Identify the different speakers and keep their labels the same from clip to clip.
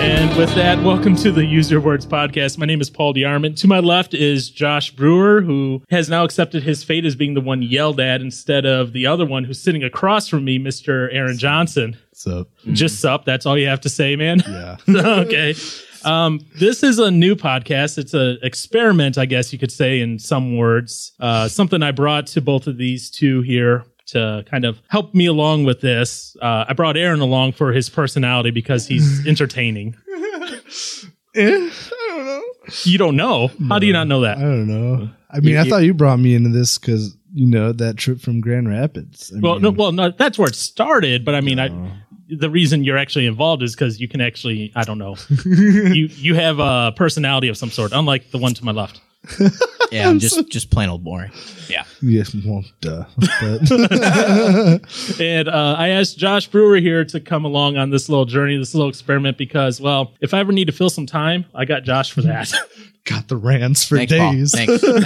Speaker 1: And with that, welcome to the User Words Podcast. My name is Paul DeArmond. To my left is Josh Brewer, who has now accepted his fate as being the one yelled at instead of the other one who's sitting across from me, Mr. Aaron Johnson.
Speaker 2: So
Speaker 1: Just sup. That's all you have to say, man.
Speaker 2: yeah,
Speaker 1: okay. Um, this is a new podcast. It's an experiment, I guess you could say, in some words. Uh, something I brought to both of these two here to kind of help me along with this. Uh, I brought Aaron along for his personality because he's entertaining.
Speaker 2: Eh, I don't know.
Speaker 1: You don't know. How do you not know
Speaker 2: I
Speaker 1: that?
Speaker 2: don't know. I mean,
Speaker 1: You-
Speaker 2: I
Speaker 1: you-
Speaker 2: thought you brought me into this because you know that trip from Grand Rapids. I
Speaker 1: Well,
Speaker 2: mean,
Speaker 1: no, well, no, that's where it started. But I mean,
Speaker 2: No.
Speaker 1: I, the reason you're actually involved is because you can actually, I don't know, you you have a personality of some sort, unlike the one to my left.
Speaker 3: Yeah, I'm just just plain old boring.
Speaker 2: yes, well, duh. But
Speaker 1: And uh, I asked Josh Brewer here to come along on this little journey, this little experiment, because, well, if I ever need to fill some time, I got Josh for that.
Speaker 2: got the rants for
Speaker 3: Thanks,
Speaker 2: days.
Speaker 3: Paul. Thanks,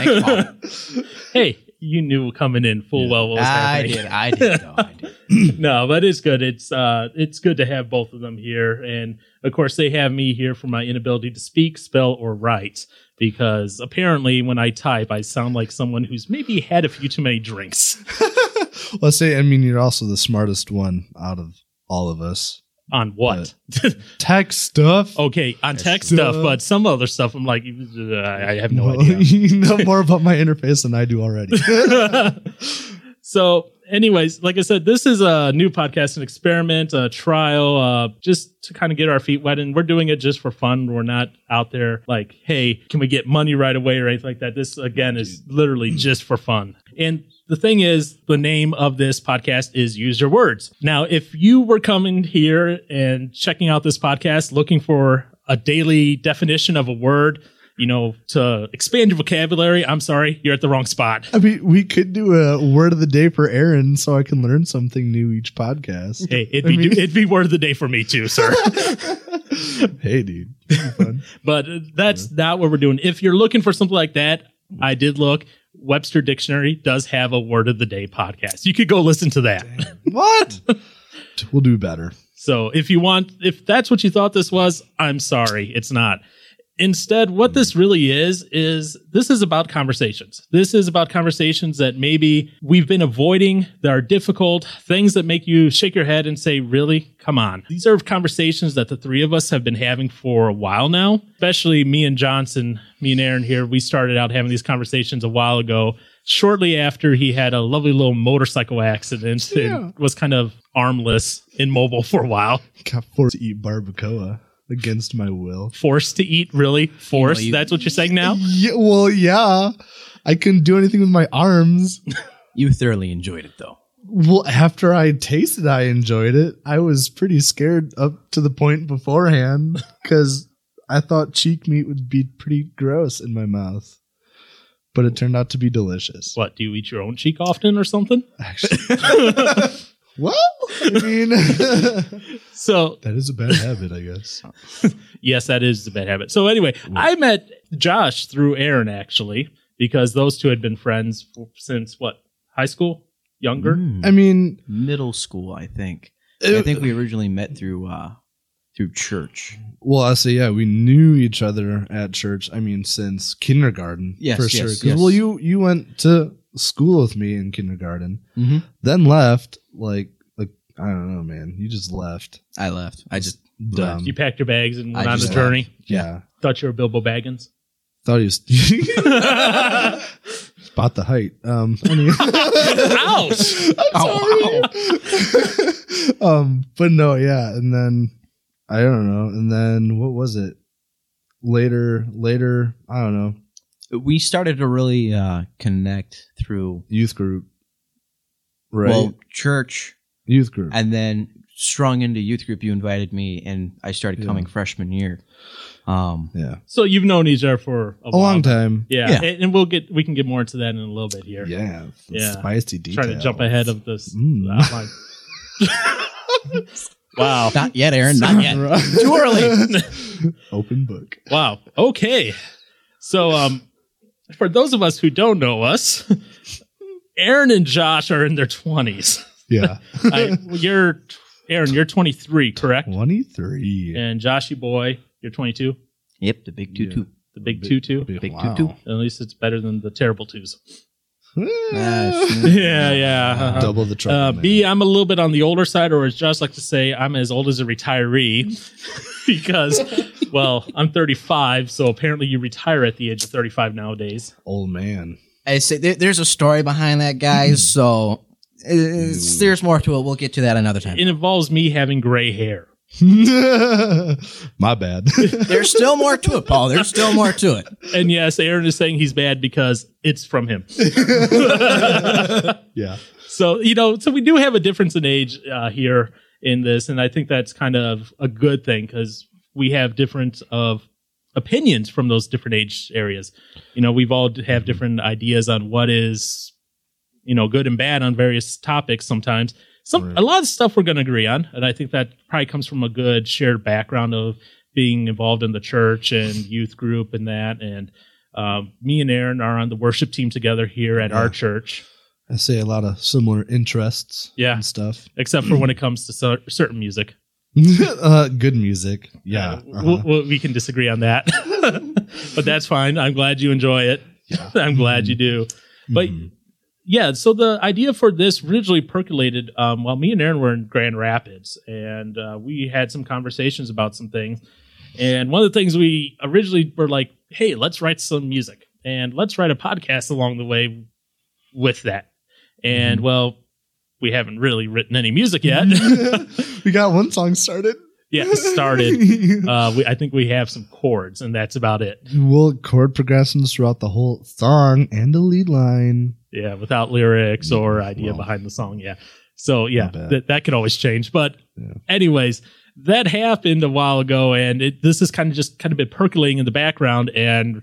Speaker 3: thanks Paul.
Speaker 1: hey, you knew coming in full well what was
Speaker 3: I
Speaker 1: happening.
Speaker 3: did, I did, though, I did.
Speaker 1: no, but it's good. It's uh, it's good to have both of them here, and of course they have me here for my inability to speak, spell, or write. Because apparently, when I type, I sound like someone who's maybe had a few too many drinks.
Speaker 2: Let's say, I mean, you're also the smartest one out of all of us.
Speaker 1: On what?
Speaker 2: Tech stuff.
Speaker 1: okay, on tech
Speaker 2: true.
Speaker 1: stuff, but some other stuff, I'm like, uh, I have no
Speaker 3: Mm.
Speaker 2: Well,
Speaker 1: idea.
Speaker 2: you know more about my interface than I do already.
Speaker 1: so anyways like i said this is a new podcast an experiment a trial uh, just to kind of get our feet wet and we're doing it just for fun we're not out there like hey can we get money right away or anything like that this again is literally just for fun and the thing is, the name of this podcast is Use Your Words. Now, if you were coming here and checking out this podcast looking for a daily definition of a word, you know, to expand your vocabulary, I'm sorry, you're at the wrong spot.
Speaker 2: I mean, we could do a word of the day for Aaron so I can learn something new each podcast.
Speaker 1: Hey, it'd be
Speaker 2: I mean-
Speaker 1: it'd be word of the day for me too, sir.
Speaker 2: hey, dude. That'd be fun.
Speaker 1: but that's not what we're doing. If you're looking for something like that, I did look. Webster Dictionary does have a word of the day podcast. You could go listen to that.
Speaker 2: what? we'll do better.
Speaker 1: So if you want, if that's what you thought this was, I'm sorry, it's not. Instead, what this really is, is this is about conversations. This is about conversations that maybe we've been avoiding that are difficult, things that make you shake your head and say, really? Come on. These are conversations that the three of us have been having for a while now, especially me and Johnson, me and Aaron here. We started out having these conversations a while ago. Shortly after he had a lovely little motorcycle accident
Speaker 2: Yeah.
Speaker 1: and was kind of armless, immobile for a while,
Speaker 2: Got forced to eat barbacoa against my will.
Speaker 1: forced to eat. Really, forced.
Speaker 3: you-
Speaker 1: That's what you're saying now.
Speaker 2: Yeah, well, yeah. I couldn't do anything with my arms.
Speaker 3: You thoroughly enjoyed it, though.
Speaker 2: Well, after I tasted, I enjoyed it. I was pretty scared up to the point beforehand because I thought cheek meat would be pretty gross in my mouth, but it turned out to be delicious.
Speaker 1: What do you eat your own cheek often or something?
Speaker 2: Actually, well, I mean, that
Speaker 1: So
Speaker 2: is a bad habit, I guess.
Speaker 1: yes, that is a bad habit. So anyway, I met Josh through Aaron actually because those two had been friends f- since what high school, younger.
Speaker 2: I mean,
Speaker 3: Mm.
Speaker 2: uh,
Speaker 3: Middle school, I think. I think we originally met through uh through church.
Speaker 2: Well, I say yeah, we knew each other at church. I mean, since kindergarten,
Speaker 3: Yes,
Speaker 2: for
Speaker 3: yes,
Speaker 2: sure. 'Cause,
Speaker 3: yes.
Speaker 2: Well, you you went to school with me in kindergarten,
Speaker 1: Mm-hmm.
Speaker 3: Mhm.
Speaker 2: then left. Like, like I don't know, man. You just left.
Speaker 3: I left. I just
Speaker 2: Dumb.
Speaker 1: You packed your bags and went
Speaker 3: I
Speaker 1: on the
Speaker 3: just
Speaker 1: journey.
Speaker 2: yeah,
Speaker 1: Thought you were Bilbo Baggins.
Speaker 2: thought he was about the height. Um, I mean-
Speaker 1: Ouch!
Speaker 3: Oh,
Speaker 2: um, but no, yeah, and then I don't know, and then what was it? Later, later, I don't know.
Speaker 3: wow. we started to really uh connect through
Speaker 2: Youth group, right?
Speaker 3: well church,
Speaker 2: youth group.
Speaker 3: and then strung into youth group. You invited me, and I started
Speaker 2: Yeah.
Speaker 3: coming freshman year. Um,
Speaker 2: yeah.
Speaker 1: So you've known each other for a,
Speaker 2: a
Speaker 1: while.
Speaker 2: long time.
Speaker 1: Yeah,
Speaker 3: Yeah.
Speaker 1: And, and we'll get we can get more into that in a little bit here.
Speaker 2: Yeah,
Speaker 1: Yeah.
Speaker 2: spicy detail.
Speaker 1: Trying to jump ahead of this
Speaker 2: Mm.
Speaker 1: outline. wow.
Speaker 3: Not yet, Aaron. Not yet.
Speaker 1: Too early.
Speaker 2: Open book.
Speaker 1: Wow. Okay. So, um, for those of us who don't know us, Aaron and Josh are in their twenties.
Speaker 2: Yeah,
Speaker 1: I, you're Aaron, you're 23, correct?
Speaker 2: 23.
Speaker 1: And Joshy boy, you're 22.
Speaker 3: Yep, the big two
Speaker 2: Yeah.
Speaker 3: two.
Speaker 1: The big two two.
Speaker 3: Big two-two.
Speaker 1: At least it's better than the terrible twos.
Speaker 3: Ah, shoot.
Speaker 1: yeah, yeah. uh-huh.
Speaker 2: Double the trouble.
Speaker 1: Uh,
Speaker 2: man.
Speaker 1: B, I'm a little bit on the older side, or as Josh likes to say, I'm as old as a retiree because, well, I'm 35, so apparently you retire at the age of 35 nowadays.
Speaker 2: Old man.
Speaker 3: I say there, there's a story behind that, guys. so it's, there's more to it. We'll get to that another time.
Speaker 1: It involves me having gray hair.
Speaker 2: My bad.
Speaker 3: There's still more to it, Paul. There's still more to it.
Speaker 1: And yes, Aaron is saying he's bad because it's from him.
Speaker 2: yeah.
Speaker 1: So you know, so we do have a difference in age uh, here in this, and I think that's kind of a good thing because we have different of opinions from those different age areas. You know, we've all d-
Speaker 2: Mm-hmm.
Speaker 1: have different ideas on what is, you know, good and bad on various topics. Sometimes, some
Speaker 2: Right.
Speaker 1: a lot of stuff we're going to agree on, and I think that probably comes from a good shared background of being involved in the church and youth group and that and. Um, me and Aaron are on the worship team together here at our
Speaker 2: Yeah.
Speaker 1: church.
Speaker 2: I say a lot of similar interests
Speaker 1: Yeah.
Speaker 2: and stuff.
Speaker 1: except for when it comes to cer- certain music.
Speaker 2: uh, good music. Yeah.
Speaker 1: Uh, we'll-
Speaker 2: uh-huh.
Speaker 1: we'll- we can disagree on that, but that's fine. I'm glad you enjoy it. I'm
Speaker 2: Mm-hmm.
Speaker 1: glad you do. But
Speaker 2: Mhm.
Speaker 1: yeah, so the idea for this originally percolated um, while me and Aaron were in Grand Rapids, and uh, we had some conversations about some things. And one of the things we originally were like, "Hey, let's write some music, and let's write a podcast along the way with that." And
Speaker 2: Mm-hmm.
Speaker 1: well, we haven't really written any music yet.
Speaker 2: we got one song started.
Speaker 1: yeah, started. uh, we, I think we have some chords, and that's about it.
Speaker 2: we'll chord progressions throughout the whole song and the lead line.
Speaker 1: Yeah, without lyrics or idea
Speaker 2: Wow.
Speaker 1: behind the song. Yeah. So yeah,
Speaker 2: Mm, Not bad.
Speaker 1: that that could always change. But
Speaker 2: Yeah.
Speaker 1: anyways, that happened a while ago, and it, this is kind of just kind of been percolating in the background, and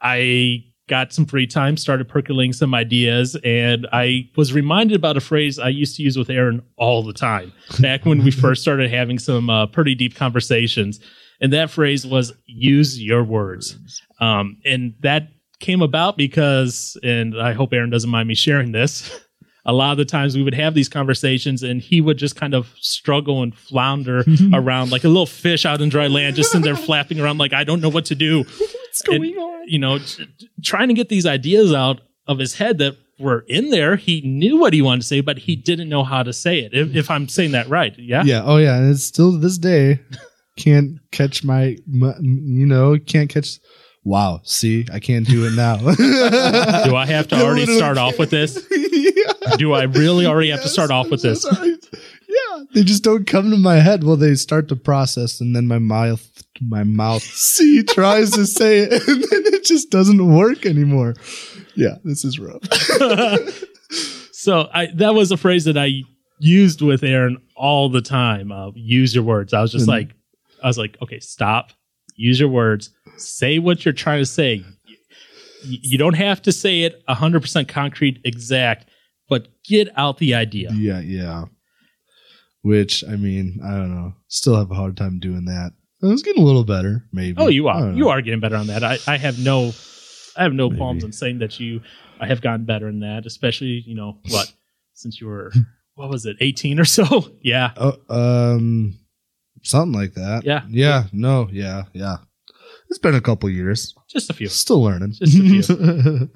Speaker 1: I got some free time, started percolating some ideas, and I was reminded about a phrase I used to use with Aaron all the time back when we first started having some uh, pretty deep conversations. And that phrase was use your words. Um, and that came about because, and I hope Aaron doesn't mind me sharing this. A lot of the times we would have these conversations and he would just kind of struggle and flounder around like a little fish out in dry land, just in there flapping around like, I don't know what to do
Speaker 2: What's
Speaker 1: And- you know, t- t- trying to get these ideas out of his head that were in there. He knew what he wanted to say, but he didn't know how to say it. If, if I'm saying that right, yeah,
Speaker 2: Yeah. Oh, yeah. And it's still to this day can't catch my, my, you know, can't catch. Wow. See, I can't do it now.
Speaker 1: Do I have to already start off with this? Do I really already have to start off with this?
Speaker 2: Yeah, they just don't come to my head. Well, they start the process, and then my mouth, my mouth, see, tries to say it, and then it just doesn't work anymore. Yeah, this is rough.
Speaker 1: so I, that was a phrase that I used with Aaron all the time. Uh, use your words. I was just
Speaker 2: Mhm.
Speaker 1: like, I was like, okay, stop. Use your words. Say what you're trying to say. Y- You don't have to say it 100% concrete, exact, but get out the idea.
Speaker 2: Yeah, yeah. Which I mean, I don't know. Still have a hard time doing that. I was getting a little better, maybe.
Speaker 1: Oh, you
Speaker 2: I
Speaker 1: are.
Speaker 2: don't
Speaker 1: You
Speaker 2: know.
Speaker 1: are getting better on that. I, I have no, I have no
Speaker 2: Maybe.
Speaker 1: qualms in saying that you. I have gotten better in that, especially you know what since you were what was it eighteen or so? Yeah,
Speaker 2: Oh, um, something like that.
Speaker 1: Yeah.
Speaker 2: Yeah. No. Yeah. Yeah. It's been a couple years.
Speaker 1: just a few.
Speaker 2: Still learning.
Speaker 1: Just a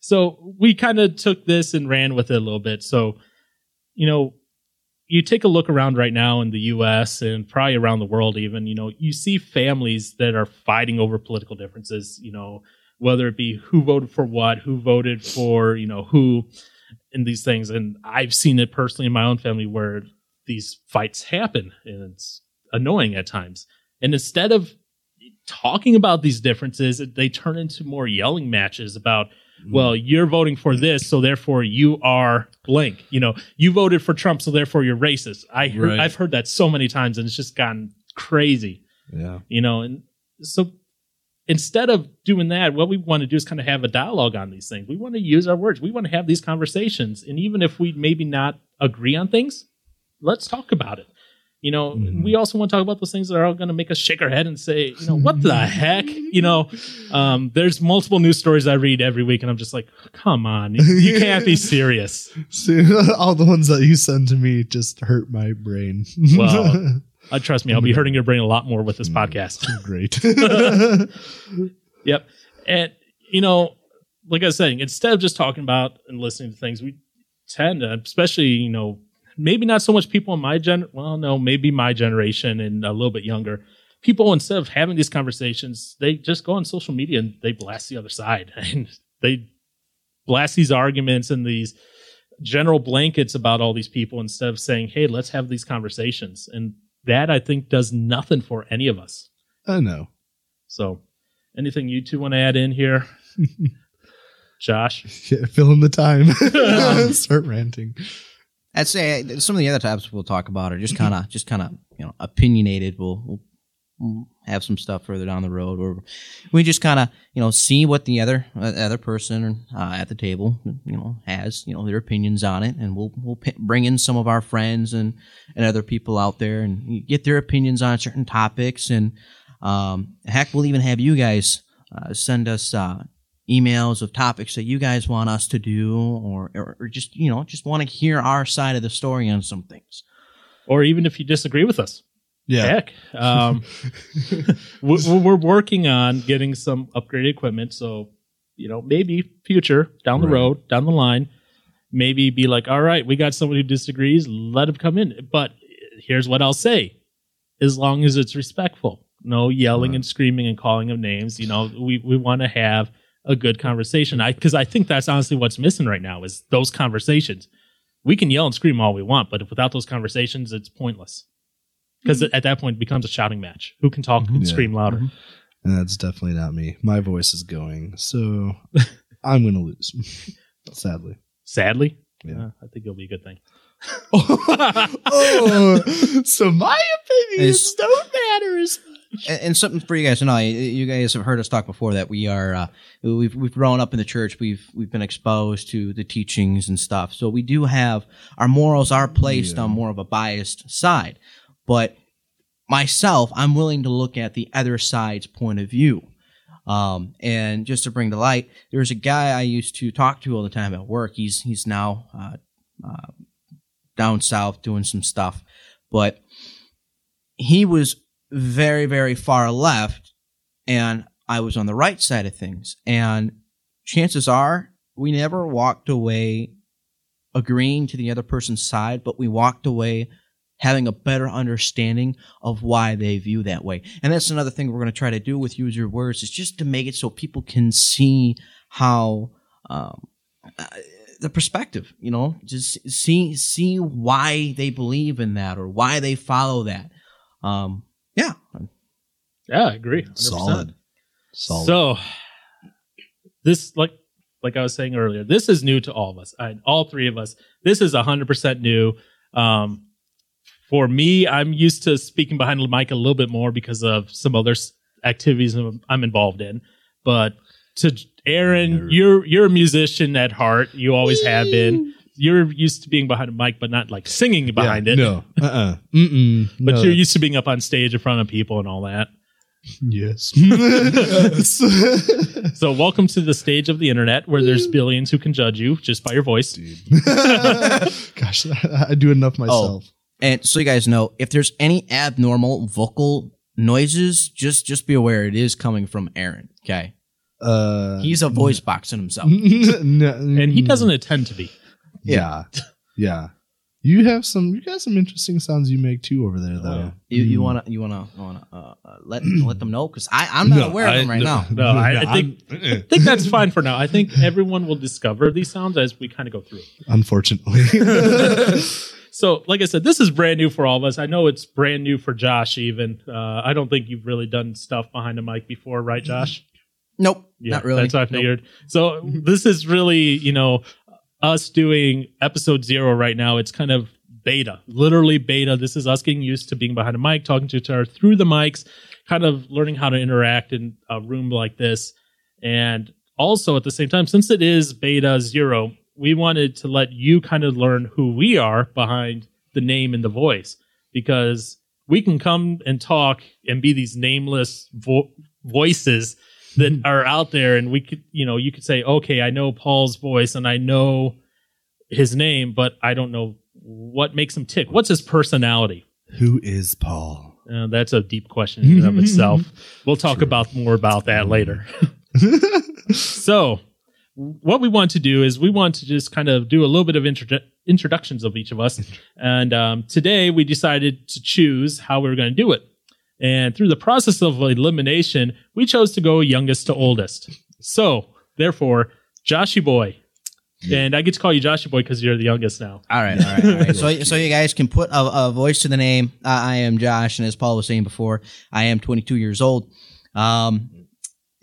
Speaker 1: So we kind of took this and ran with it a little bit. So you know, you take a look around right now in the U.S. and probably around the world, even you know, you see families that are fighting over political differences. You know, whether it be who voted for what, who voted for you know who, in these things. And I've seen it personally in my own family where these fights happen, and it's annoying at times. And instead of talking about these differences, they turn into more yelling matches about. Well, you're voting for this, so therefore you are blank. You know, you voted for Trump, so therefore you're racist. I heard,
Speaker 2: Right.
Speaker 1: I've heard that so many times, and it's just gotten crazy
Speaker 2: yeah.
Speaker 1: you know and so instead of doing that what we want to do is kind of have a dialogue on these things we want to use our words we want to have these conversations and even if we maybe not agree on things let's talk about it You know,
Speaker 2: Mhm.
Speaker 1: we also want to talk about those things that are all going to make us shake our head and say, you know, what the heck? You know, um, there's multiple news stories I read every week, and I'm just like, come on, you, you can't be serious.
Speaker 2: See, all the ones that you send to me just hurt my brain.
Speaker 1: Wow. Uh, trust me, I'll be hurting your brain a lot more with this podcast.
Speaker 2: Great.
Speaker 1: Yep. And you know, like I was saying, instead of just talking about and listening to things, we tend to, especially you know, maybe not so much people in my gen. Well, no, maybe my generation and a little bit younger. People instead of having these conversations, they just go on social media and they blast the other side, and they blast these arguments and these general blankets about all these people instead of saying, "Hey, let's have these conversations." And that I think does nothing for any of us.
Speaker 2: I know.
Speaker 1: So, anything you two want to add in here, Josh?
Speaker 2: Yeah, fill in the time. Start ranting.
Speaker 3: I'd say uh, some of the other topics we'll talk about are just kind of just kind of you know opinionated. We'll, we'll- we'll have some stuff further down the road where we just kind of you know see what the other uh, other person uh, at the table you know has you know their opinions on it, and we'll we'll p- bring in some of our friends and and other people out there and get their opinions on certain topics, and um, heck, we'll even have you guys uh, send us uh, emails of topics that you guys want us to do or, or, or just you know just want to hear our side of the story on some things
Speaker 1: Or even if you disagree with us,
Speaker 2: Yeah.
Speaker 1: heck, um, we're, we're working on getting some upgraded equipment. So, you know, maybe future down the
Speaker 3: Right.
Speaker 1: road, down the line, maybe be like, all right, we got someone who disagrees, let him come in. But here's what I'll say: as long as it's respectful, no yelling
Speaker 3: Right.
Speaker 1: and screaming and calling of names. You know, we we want to have a good conversation. I because I think that's honestly what's missing right now is those conversations. We can yell and scream all we want, but if without those conversations, it's pointless. Because at that point, it becomes a shouting match. Who can talk and
Speaker 2: Yeah.
Speaker 1: scream louder?
Speaker 3: Mhm.
Speaker 2: And that's definitely not me. My voice is going, so I'm going to lose, sadly.
Speaker 1: Sadly,
Speaker 2: Yeah.
Speaker 1: Uh, I think it'll be a good thing.
Speaker 2: oh, so my opinions
Speaker 3: It's-
Speaker 2: don't matter as
Speaker 3: and, and something for you guys to know you- you guys have heard us talk before that we are uh, we've we've grown up in the church we've we've been exposed to the teachings and stuff so we do have our morals are placed
Speaker 2: Yeah.
Speaker 3: on more of a biased side but myself i'm willing to look at the other side's point of view um, and just to bring to light there's a guy i used to talk to all the time at work he's he's now uh, uh, down south doing some stuff but he was very, very far left, and I was on the right side of things. And chances are we never walked away agreeing to the other person's side, but we walked away having a better understanding of why they view that way. And that's another thing we're going to try to do with Use Your Words is just to make it so people can see how. Um, uh, the perspective, you know, just see see why they believe in that or why they follow that. Um, yeah,
Speaker 1: yeah, I agree. 100%.
Speaker 2: solid. Solid.
Speaker 1: So this like like I was saying earlier, this is new to all of us. I, all three of us. This is 100% new. Um for me, I'm used to speaking behind the mic a little bit more because of some other s- activities I'm I'm involved in. But to J- Aaron,
Speaker 2: Nerd.
Speaker 1: you're you're a musician at heart. You always have been. You're used to being behind a mic, but not like singing behind
Speaker 2: Yeah,
Speaker 1: it.
Speaker 2: No. Uh uh-uh. uh. Mm mm.
Speaker 1: But you're used to being up on stage in front of people and all that.
Speaker 2: Yes. Yes.
Speaker 1: So welcome to the stage of the internet where there's billions who can judge you just by your voice.
Speaker 2: Dude. Gosh, I do
Speaker 3: Oh,
Speaker 2: enough myself.
Speaker 3: and so you guys know if there's any abnormal vocal noises, just just be aware it is coming from Aaron. Okay,
Speaker 2: Uh,
Speaker 3: he's a voice box in himself.
Speaker 1: And
Speaker 2: and
Speaker 1: he doesn't intend to be.
Speaker 2: Yeah, yeah. You have some. You got some interesting sounds you make too over there, though.
Speaker 3: Oh, You, you
Speaker 2: Mm.
Speaker 3: wanna you wanna wanna uh, uh, let let them know because I I'm not
Speaker 2: No,
Speaker 3: aware of
Speaker 1: I-
Speaker 3: them right now.
Speaker 1: No, I- I think-
Speaker 2: I'm- eh.
Speaker 1: I think that's fine for now. I think everyone will discover these sounds as we kind of go through.
Speaker 2: Unfortunately.
Speaker 1: So, like I said, this is brand new for all of us. I know it's brand new for Josh, even. Uh, I don't think you've really done stuff behind a mic before, right, Josh?
Speaker 3: Nope, not really.
Speaker 1: That's what I
Speaker 3: Nope.
Speaker 1: figured. So, this is really, you know, us doing episode zero right now. It's kind of beta, literally beta. This is us getting used to being behind a mic, talking to each other through the mics, kind of learning how to interact in a room like this. And also at the same time, since it is beta zero, we wanted to let you kind of learn who we are behind the name and the voice because we can come and talk and be these nameless vo- voices that are out there and we could you know you could say okay i know paul's voice and i know his name but i don't know what makes him tick what's his personality
Speaker 2: Who is Paul?
Speaker 1: uh, that's a deep question in and of itself we'll talk about more about that later so what we want to do is we want to just kind of do a little bit of introdu- introductions of each of us and um, today we decided to choose how we were going to do it and through the process of elimination we chose to go youngest to oldest so therefore joshy boy and i get to call you joshy boy because you're the youngest now
Speaker 3: All right, all right. All right. so, so you guys can put a, a voice to the name. I, I am Josh, and as Paul was saying before, I am 22 years old. Um,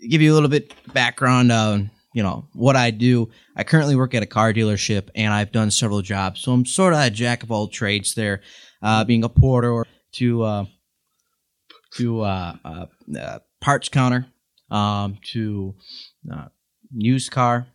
Speaker 3: give you a little bit background on you know what I do. I currently work at a car dealership, and I've done several jobs, so I'm sort of a jack of all trades there, uh, being a porter to uh, to uh, uh, uh, parts counter, um, to uh, used car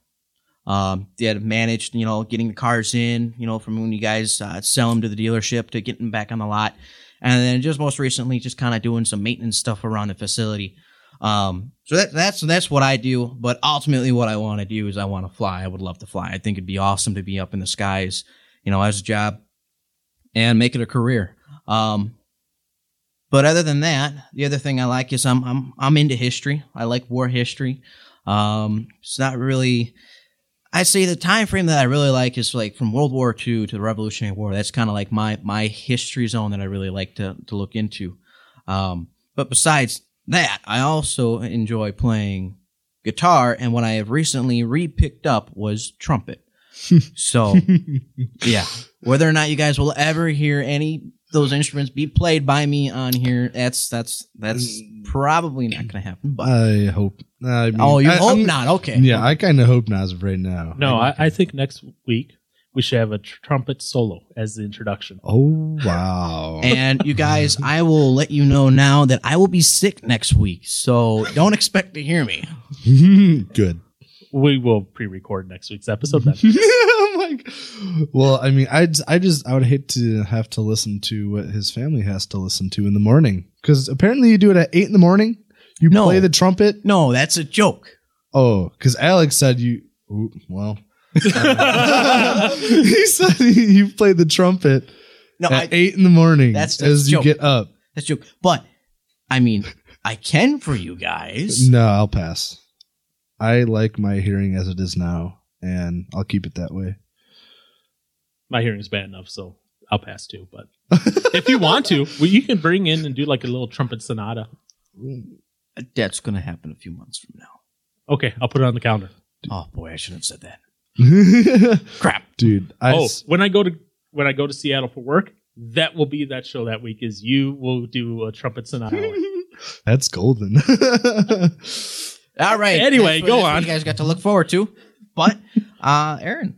Speaker 3: um, they had managed, you know, getting the cars in, you know, from when you guys uh, sell them to the dealership to getting them back on the lot, and then just most recently, just kind of doing some maintenance stuff around the facility. Um, so that, that's that's what I do. But ultimately, what I want to do is I want to fly. I would love to fly. I think it'd be awesome to be up in the skies, you know, as a job, and make it a career. Um, but other than that, the other thing I like is I'm I'm I'm into history. I like war history. Um, it's not really. I say the time frame that I really like is like from World War II to the Revolutionary War. That's kind of like my my history zone that I really like to to look into. Um, but besides that, I also enjoy playing guitar, and what I have recently re-picked up was trumpet. so yeah, whether or not you guys will ever hear any of those instruments be played by me on here, that's that's that's
Speaker 2: Mm.
Speaker 3: probably not going to happen. But
Speaker 2: I hope. I mean,
Speaker 3: oh, you
Speaker 2: Mm. I,
Speaker 3: hope
Speaker 2: I'm-
Speaker 3: not. Okay,
Speaker 2: Yeah, I kind of hope not as of right now.
Speaker 1: no I, I think next week we should have a tr- trumpet solo as the introduction
Speaker 2: Oh wow.
Speaker 3: And you guys, I will let you know now that I will be sick next week, so don't expect to hear me.
Speaker 2: Good.
Speaker 1: we will pre-record next week's episode then
Speaker 2: I'm like, well, I mean, I would I just I would hate to have to listen to what his family has to listen to in the morning because apparently you do it at eight in the morning. You
Speaker 3: No.
Speaker 2: play the trumpet.
Speaker 3: No, that's a joke.
Speaker 2: Oh, because Alex said you. Oop, well, he said you play the trumpet
Speaker 3: No,
Speaker 1: Uh,
Speaker 2: at
Speaker 3: I,
Speaker 2: eight in the morning
Speaker 3: That's- that's
Speaker 2: as you
Speaker 3: joke.
Speaker 2: get up.
Speaker 3: that's a joke. But I mean, I can for you guys.
Speaker 2: No, I'll pass. I like my hearing as it is now, and I'll keep it that way.
Speaker 1: my hearing's bad enough, so I'll pass too. But if you want to, well, you can bring in and do like a little trumpet sonata.
Speaker 3: That's gonna happen a few months from now.
Speaker 1: Okay, I'll put it on the calendar.
Speaker 3: Oh boy, I should have said that.
Speaker 2: Crap, dude. I
Speaker 1: oh,
Speaker 2: s-
Speaker 1: when I go to when I go to Seattle for work, that will be that show that week. Is you will do a trumpet sonata.
Speaker 2: that's golden.
Speaker 3: All right.
Speaker 1: Anyway,
Speaker 3: that's
Speaker 1: go
Speaker 3: what- that's what
Speaker 1: on.
Speaker 3: You guys got to look forward to. But uh Aaron,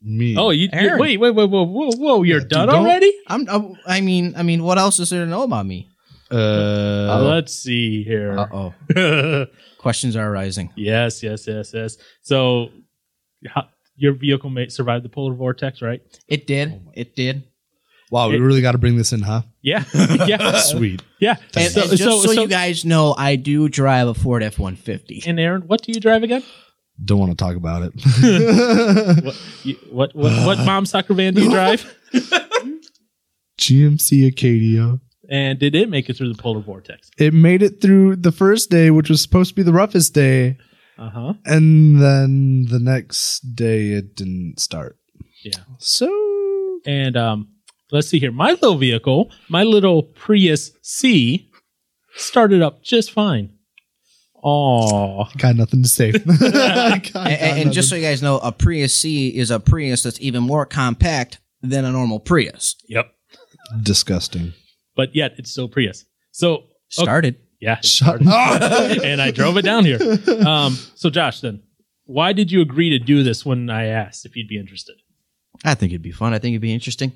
Speaker 2: Me.
Speaker 1: oh, you, you
Speaker 3: Aaron.
Speaker 1: wait, wait, wait, whoa, whoa, whoa! You're
Speaker 2: dude,
Speaker 1: done
Speaker 2: don't-
Speaker 1: already?
Speaker 3: I'm. uh, I mean, I mean, what else is there to know about me?
Speaker 1: Uh,
Speaker 2: Uh,
Speaker 1: Let's see here.
Speaker 3: Uh oh, questions are arising.
Speaker 1: yes, yes, yes, yes. So, how, your vehicle mate survived the polar vortex, right?
Speaker 3: It
Speaker 1: Oh
Speaker 3: did. It did.
Speaker 2: wow, we really got to bring this in, huh?
Speaker 1: Yeah, yeah,
Speaker 2: Sweet.
Speaker 1: yeah.
Speaker 3: And,
Speaker 1: So-
Speaker 3: and just
Speaker 1: so-
Speaker 3: so,
Speaker 1: so-
Speaker 3: you guys know, I do drive a Ford F one fifty.
Speaker 1: And Aaron, what do you drive again?
Speaker 2: Don't want to talk about it.
Speaker 1: What you, what, what what mom soccer van do you drive?
Speaker 2: GMC Acadia.
Speaker 1: And did it make it through the polar vortex?
Speaker 2: It made it through the first day, which was supposed to be the roughest day,
Speaker 1: Uh
Speaker 3: Uh-huh.
Speaker 1: huh.
Speaker 2: and then the next day it didn't start.
Speaker 1: Yeah.
Speaker 2: So
Speaker 1: And um, let's see here. My little vehicle, my little Prius C, started up just fine. Oh,
Speaker 2: got nothing to say. Got- got
Speaker 3: And, and- and just so
Speaker 2: nothing.
Speaker 3: you guys know, a Prius C is a Prius that's even more compact than a normal Prius.
Speaker 1: yep.
Speaker 2: disgusting.
Speaker 1: But yet it's still Prius. So
Speaker 3: Started.
Speaker 1: yeah,
Speaker 2: Shut up.
Speaker 1: and uh, I drove it down here. Um, so Josh, then why did you agree to do this when I asked if you'd be interested?
Speaker 3: I think it'd be fun. I think it'd be interesting.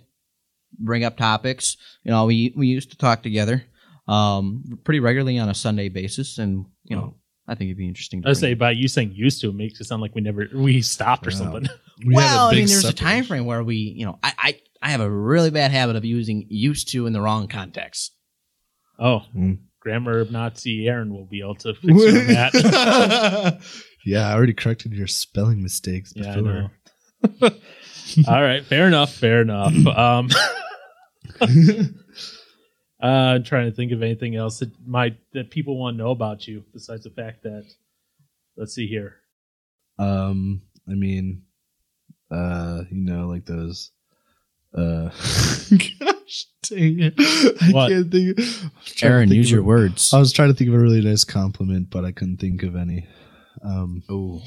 Speaker 3: Bring up topics. You know, we we used to talk together um, pretty regularly on a Sunday basis, and you know, I think it'd be interesting. To
Speaker 1: I
Speaker 3: bring
Speaker 1: say
Speaker 3: up.
Speaker 1: by you saying used to it makes it sound like we never we stopped or
Speaker 2: Wow.
Speaker 1: something.
Speaker 2: We had
Speaker 3: well, I
Speaker 2: big
Speaker 3: mean, there's a
Speaker 2: separation.
Speaker 3: time frame where we, you know, I, I I have a really bad habit of using used to in the wrong context.
Speaker 1: Oh,
Speaker 2: Hmm.
Speaker 1: grammar Nazi Aaron will be able to fix you on that.
Speaker 2: yeah, I already corrected your spelling mistakes
Speaker 1: Yeah, I
Speaker 2: before.
Speaker 1: All right, fair enough, fair enough. Um, uh, I'm trying to think of anything else that might that people want to know about you besides the fact that let's see here.
Speaker 2: um, I mean, uh, you know, like those. Uh, gosh, dang it! I
Speaker 1: What?
Speaker 2: can't think. I'm trying to
Speaker 3: Aaron,
Speaker 2: think
Speaker 3: use
Speaker 2: of
Speaker 3: your
Speaker 2: a-
Speaker 3: words.
Speaker 2: I was trying to think of a really nice compliment, but I couldn't think of any. Um,
Speaker 3: Ooh.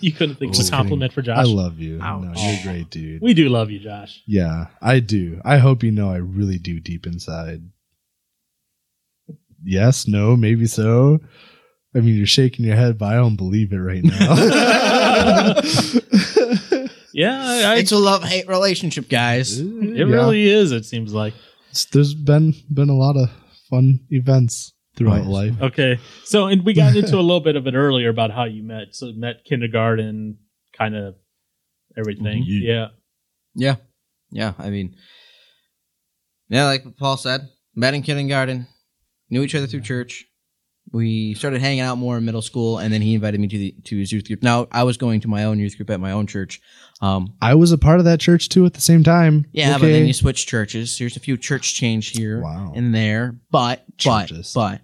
Speaker 1: You couldn't think of a
Speaker 2: Just kidding.
Speaker 1: compliment for Josh.
Speaker 2: I love you. No,
Speaker 3: Ouch.
Speaker 2: you're a great, dude.
Speaker 1: we do love you, Josh.
Speaker 2: Yeah, I do. I hope you know I really do deep inside. Yes, no, maybe so. I mean, you're shaking your head, but I don't believe it right now.
Speaker 1: Yeah, I, I,
Speaker 3: it's a love hate relationship, guys.
Speaker 1: it
Speaker 2: Yeah.
Speaker 1: really is. It seems like
Speaker 2: It's- there's been been a lot of fun events throughout
Speaker 3: Right.
Speaker 2: life.
Speaker 1: okay. So, and we got into a little bit of it earlier about how you met. So, met kindergarten, kind of everything.
Speaker 3: Mm-hmm.
Speaker 2: Mhm.
Speaker 1: Yeah.
Speaker 3: Yeah. Yeah. I mean, yeah, like Paul said, met in kindergarten, knew each other through church. We started hanging out more in middle school, and then he invited me to the to his youth group. Now I was going to my own youth group at my own church. Um,
Speaker 2: I was a part of that church too at the same time.
Speaker 3: yeah, but then you switch churches. There's a few church change here
Speaker 2: wow.
Speaker 3: and there, but but
Speaker 2: Churches.
Speaker 3: but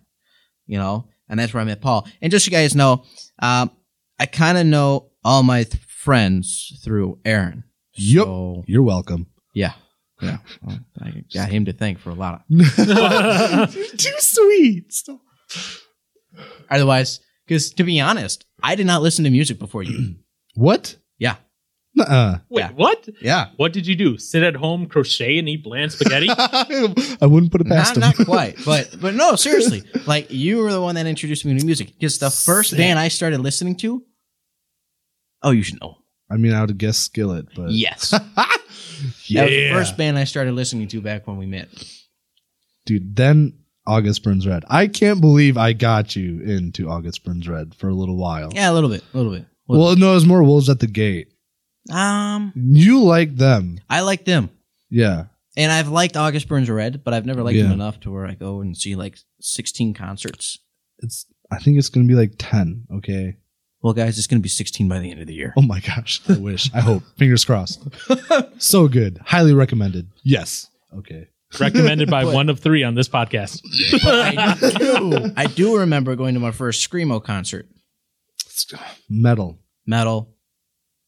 Speaker 3: you know, and that's where I met Paul. And just so you guys know, um, I kind of know all my th- friends through Aaron.
Speaker 2: Yup.
Speaker 3: So,
Speaker 2: You're welcome.
Speaker 3: yeah. Yeah. Well, I got him to thank for a lot.
Speaker 2: Too sweet. Stop.
Speaker 3: Of, otherwise, because to be honest, I did not listen to music before you.
Speaker 2: What?
Speaker 3: Yeah.
Speaker 2: Nuh-uh.
Speaker 1: Wait,
Speaker 3: Yeah.
Speaker 1: what?
Speaker 3: yeah.
Speaker 1: What did you do? Sit at home, crochet, and eat bland spaghetti?
Speaker 2: I wouldn't put it past
Speaker 3: Not,
Speaker 2: him.
Speaker 3: not quite, but but no, seriously. Like you were the one that introduced me to music. Because the first
Speaker 2: Sick.
Speaker 3: band I started listening to, oh, you should know.
Speaker 2: I mean, I would guess Skillet, but
Speaker 3: Yes, that was the
Speaker 1: Yeah.
Speaker 3: first band I started listening to back when we met.
Speaker 2: dude. Then August Burns Red. I can't believe I got you into August Burns Red for a little while.
Speaker 3: Yeah, a little bit, a little bit. a little
Speaker 2: Well, no, it was more Wolves at the Gate.
Speaker 3: bit. um,
Speaker 2: You like them,
Speaker 3: I like them,
Speaker 2: yeah?
Speaker 3: and I've liked August Burns Red, but I've never liked them
Speaker 2: Yeah.
Speaker 3: enough to where I go and see like sixteen concerts.
Speaker 2: It's. I think it's gonna be like ten. Okay.
Speaker 3: Well, guys, it's going to be 16 by the end of the year.
Speaker 2: Oh my gosh. I wish. I hope. Fingers crossed. so good. Highly recommended. Yes. Okay.
Speaker 1: Recommended by one of three on this podcast.
Speaker 3: I do. I do remember going to my first screamo concert.
Speaker 2: Metal.
Speaker 3: Metal.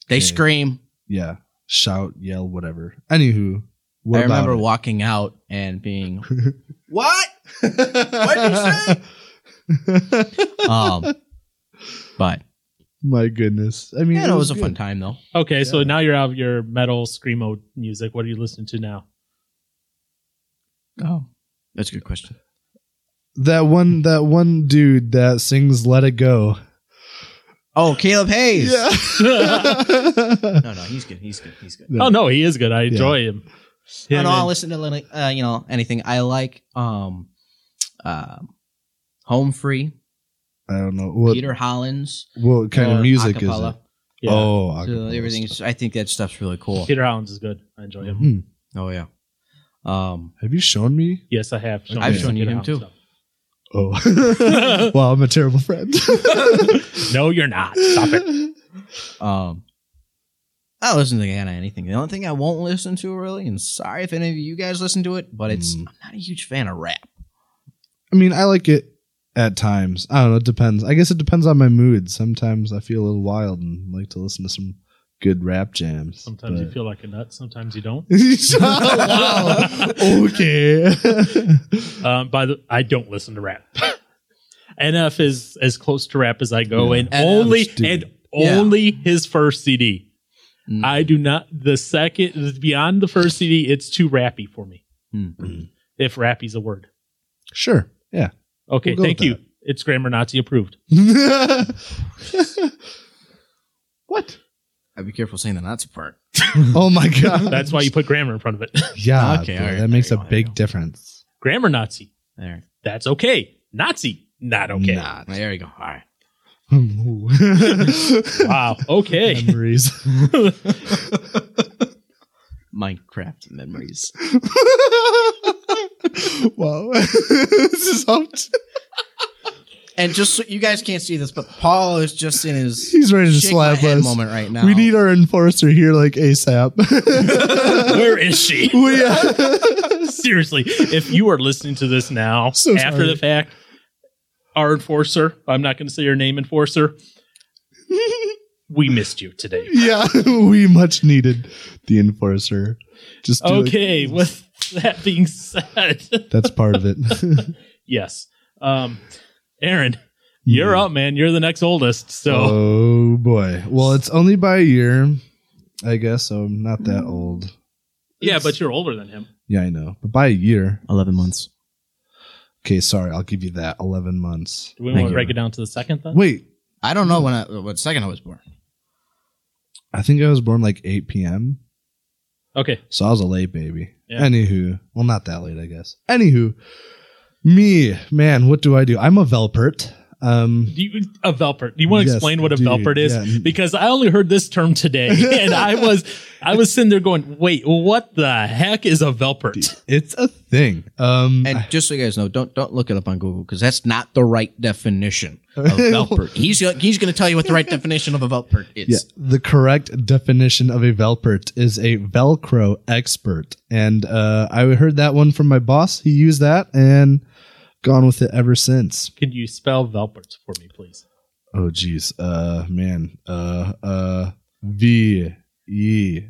Speaker 3: They
Speaker 2: Okay.
Speaker 3: scream.
Speaker 2: Yeah. Shout. Yell. Whatever. Anywho. What
Speaker 3: I
Speaker 2: about
Speaker 3: remember
Speaker 2: it?
Speaker 3: walking out and being what? What'd Um, but
Speaker 2: My goodness. I mean,
Speaker 3: yeah, no, it was a
Speaker 2: good.
Speaker 3: fun time though.
Speaker 1: Okay, so
Speaker 2: Yeah.
Speaker 1: now you're out of your metal screamo music. What are you listening to now?
Speaker 3: Oh, that's a good question.
Speaker 2: That one, that one dude that sings "Let It Go."
Speaker 3: Oh, Caleb Hayes.
Speaker 1: oh
Speaker 3: No, no, he's good. He's good. He's good.
Speaker 2: No.
Speaker 1: no, he is good. I enjoy him.
Speaker 3: I
Speaker 1: Him
Speaker 3: don't
Speaker 1: and-
Speaker 3: listen to like, uh, you know anything. I like um, uh, Home Free,
Speaker 2: I don't know what
Speaker 3: Peter Hollins.
Speaker 2: what kind
Speaker 3: or
Speaker 2: of music
Speaker 3: acapella.
Speaker 2: is it.
Speaker 1: uh, yeah.
Speaker 2: Oh,
Speaker 3: So
Speaker 2: acapella
Speaker 3: everything's.
Speaker 2: stuff.
Speaker 3: I think that stuff's really cool.
Speaker 1: Peter Hollins is good. I enjoy him.
Speaker 2: Hmm.
Speaker 3: Oh yeah. Um.
Speaker 2: Have you shown me?
Speaker 1: Yes, I have.
Speaker 2: I've
Speaker 1: some
Speaker 3: shown you
Speaker 1: Peter
Speaker 3: him,
Speaker 1: Hollins
Speaker 3: too.
Speaker 2: Oh, well, I'm a terrible friend.
Speaker 1: stuff. No, you're not. Stop it.
Speaker 3: Um. I don't listen to kinda anything. The only thing I won't listen to really, and sorry if any of you guys listen to it, but it's
Speaker 2: Mm.
Speaker 3: I'm not a huge fan of rap.
Speaker 2: I mean, I like it at times. I don't know. It depends. I guess it depends on my mood. Sometimes I feel a little wild and like to listen to some good rap jams.
Speaker 1: Sometimes you
Speaker 2: but-
Speaker 1: feel like a nut. Sometimes you don't.
Speaker 2: Oh, Wow. okay.
Speaker 1: Um, by the, I don't listen to rap. NF is as close to rap as I go,
Speaker 2: Yeah.
Speaker 1: and
Speaker 3: NF 's
Speaker 1: only
Speaker 2: stupid. Mm-hmm.
Speaker 1: and
Speaker 3: Yeah.
Speaker 1: only his first CD.
Speaker 3: Mm.
Speaker 1: I do not. The second beyond the first CD, it's too rappy for me.
Speaker 2: Mm-hmm.
Speaker 3: Mm.
Speaker 1: If rappy's a word.
Speaker 2: sure. Yeah.
Speaker 1: Okay,
Speaker 2: We'll go
Speaker 1: thank
Speaker 2: with
Speaker 1: you. It's grammar Nazi approved.
Speaker 2: what?
Speaker 3: I'd be careful saying the Nazi part.
Speaker 2: Oh my god.
Speaker 1: That's why you put grammar in front of it.
Speaker 2: Yeah.
Speaker 3: Okay,
Speaker 2: boy,
Speaker 3: all right,
Speaker 2: that makes
Speaker 3: there
Speaker 2: a
Speaker 3: you go, there you go.
Speaker 2: big difference.
Speaker 1: grammar Nazi.
Speaker 3: There.
Speaker 1: That's okay. Nazi. Not okay.
Speaker 2: Nah.
Speaker 3: There you go. All right.
Speaker 2: Memories.
Speaker 1: Wow. Okay.
Speaker 3: Minecraft memories.
Speaker 2: wow. this is how
Speaker 3: And just so you guys can't see this, but Paul is just in his
Speaker 2: he's ready to
Speaker 3: shake my
Speaker 2: slap
Speaker 3: head
Speaker 2: us.
Speaker 3: moment right now.
Speaker 2: We need our enforcer here like ASAP.
Speaker 1: Where is she?
Speaker 2: we, uh,
Speaker 1: Seriously, if you are listening to this now,
Speaker 2: So
Speaker 1: after
Speaker 2: sorry.
Speaker 1: the fact, our enforcer, I'm not going to say your name, enforcer, we missed you today.
Speaker 2: yeah, we much needed the enforcer. Just do it.
Speaker 1: Okay, with that being said,
Speaker 2: that's part of it.
Speaker 1: yes. Um, Aaron,
Speaker 2: Hmm.
Speaker 1: you're up, man. You're the next oldest. So,
Speaker 2: Oh boy. Well, it's only by a year, I guess. So I'm not that old.
Speaker 1: yeah, but you're older than him.
Speaker 2: Yeah, I know. But by a year.
Speaker 3: eleven months.
Speaker 2: Okay, sorry. I'll give you that. Eleven months.
Speaker 1: Do we
Speaker 3: Thank
Speaker 1: want to
Speaker 3: you.
Speaker 1: break it down to the second then?
Speaker 2: Wait,
Speaker 3: I don't know when I what second I was born.
Speaker 2: I think I was born like 8 p.m.
Speaker 1: Okay.
Speaker 2: So I was a late baby.
Speaker 1: Yeah.
Speaker 2: Anywho, well, not that late, I guess. Anywho, me, man, what do I do? I'm a Velpert. Um,
Speaker 1: Do you, a Velpert. Do you want to
Speaker 2: Yes,
Speaker 1: explain what a
Speaker 2: dude,
Speaker 1: Velpert is?
Speaker 2: yeah.
Speaker 1: Because I only heard this term today, and I was I was sitting there going, "Wait, what the heck is a Velpert?"
Speaker 2: it's a thing. Um,
Speaker 3: And just so you guys know, don't don't look it up on Google because that's not the right definition of Velpert. He's gonna- he's going to tell you what the right definition of a Velpert is.
Speaker 2: yeah, the correct definition of a Velpert is a Velcro expert. And uh, I heard that one from my boss. He used that and gone with it ever since.
Speaker 1: Can you spell Velpert for me, please?
Speaker 2: Oh, geez. Uh, man. Uh, uh, V E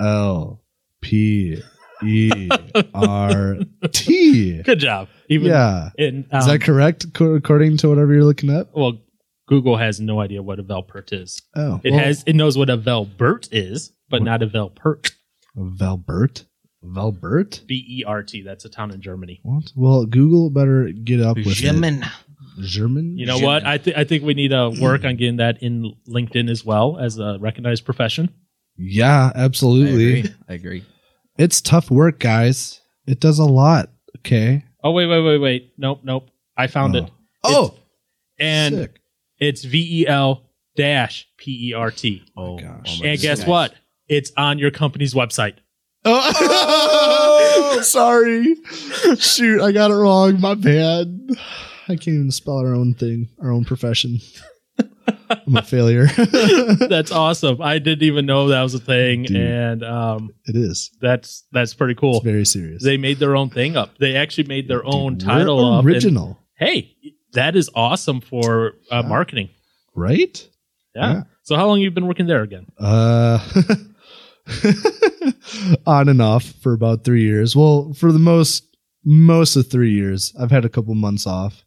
Speaker 2: L P E R T.
Speaker 1: Good job. Even
Speaker 2: Yeah.
Speaker 1: in, um,
Speaker 2: Is that correct co- according to whatever you're looking up?
Speaker 1: well, Google has no idea what a Velpert is.
Speaker 2: Oh,
Speaker 1: It
Speaker 2: well,
Speaker 1: has it knows what a Velbert is, but not a Velpert.
Speaker 2: Velbert. Velbert.
Speaker 1: B E R T. That's a town in Germany.
Speaker 2: What? Well, Google better get up with German.
Speaker 3: Jimin.
Speaker 2: It. German.
Speaker 1: You know what? I think I think we need to work on getting that in LinkedIn as well as a recognized profession.
Speaker 2: Yeah,
Speaker 3: I
Speaker 2: absolutely.
Speaker 3: agree. I agree.
Speaker 2: It's tough work, guys. It does a lot. Okay.
Speaker 1: Oh wait, wait, wait, wait. Nope, nope. I found
Speaker 2: Oh.
Speaker 1: it.
Speaker 3: Oh,
Speaker 1: And
Speaker 2: Sick.
Speaker 1: it's V E L dash P E R T.
Speaker 3: oh,
Speaker 2: my gosh.
Speaker 3: oh my
Speaker 1: And guess
Speaker 3: goodness.
Speaker 1: what? It's on your company's website.
Speaker 2: Oh, sorry. Shoot, I got it wrong. My bad. I can't even spell our own thing, our own profession. I'm a failure. it
Speaker 1: That's awesome. I didn't even know that was a thing,
Speaker 2: Dude.
Speaker 1: and um,
Speaker 2: is.
Speaker 1: that's that's pretty cool.
Speaker 2: It's very serious.
Speaker 1: They made their own thing up. They actually made their own
Speaker 2: Dude, we're
Speaker 1: title up. and-
Speaker 2: original,
Speaker 1: hey, that is awesome for uh,
Speaker 2: Yeah.
Speaker 1: marketing.
Speaker 2: right?
Speaker 1: Yeah.
Speaker 2: Yeah.
Speaker 1: So how long you been working there again?
Speaker 2: Uh, on and off for about three years. Well, for the most most of three years, I've had a couple months off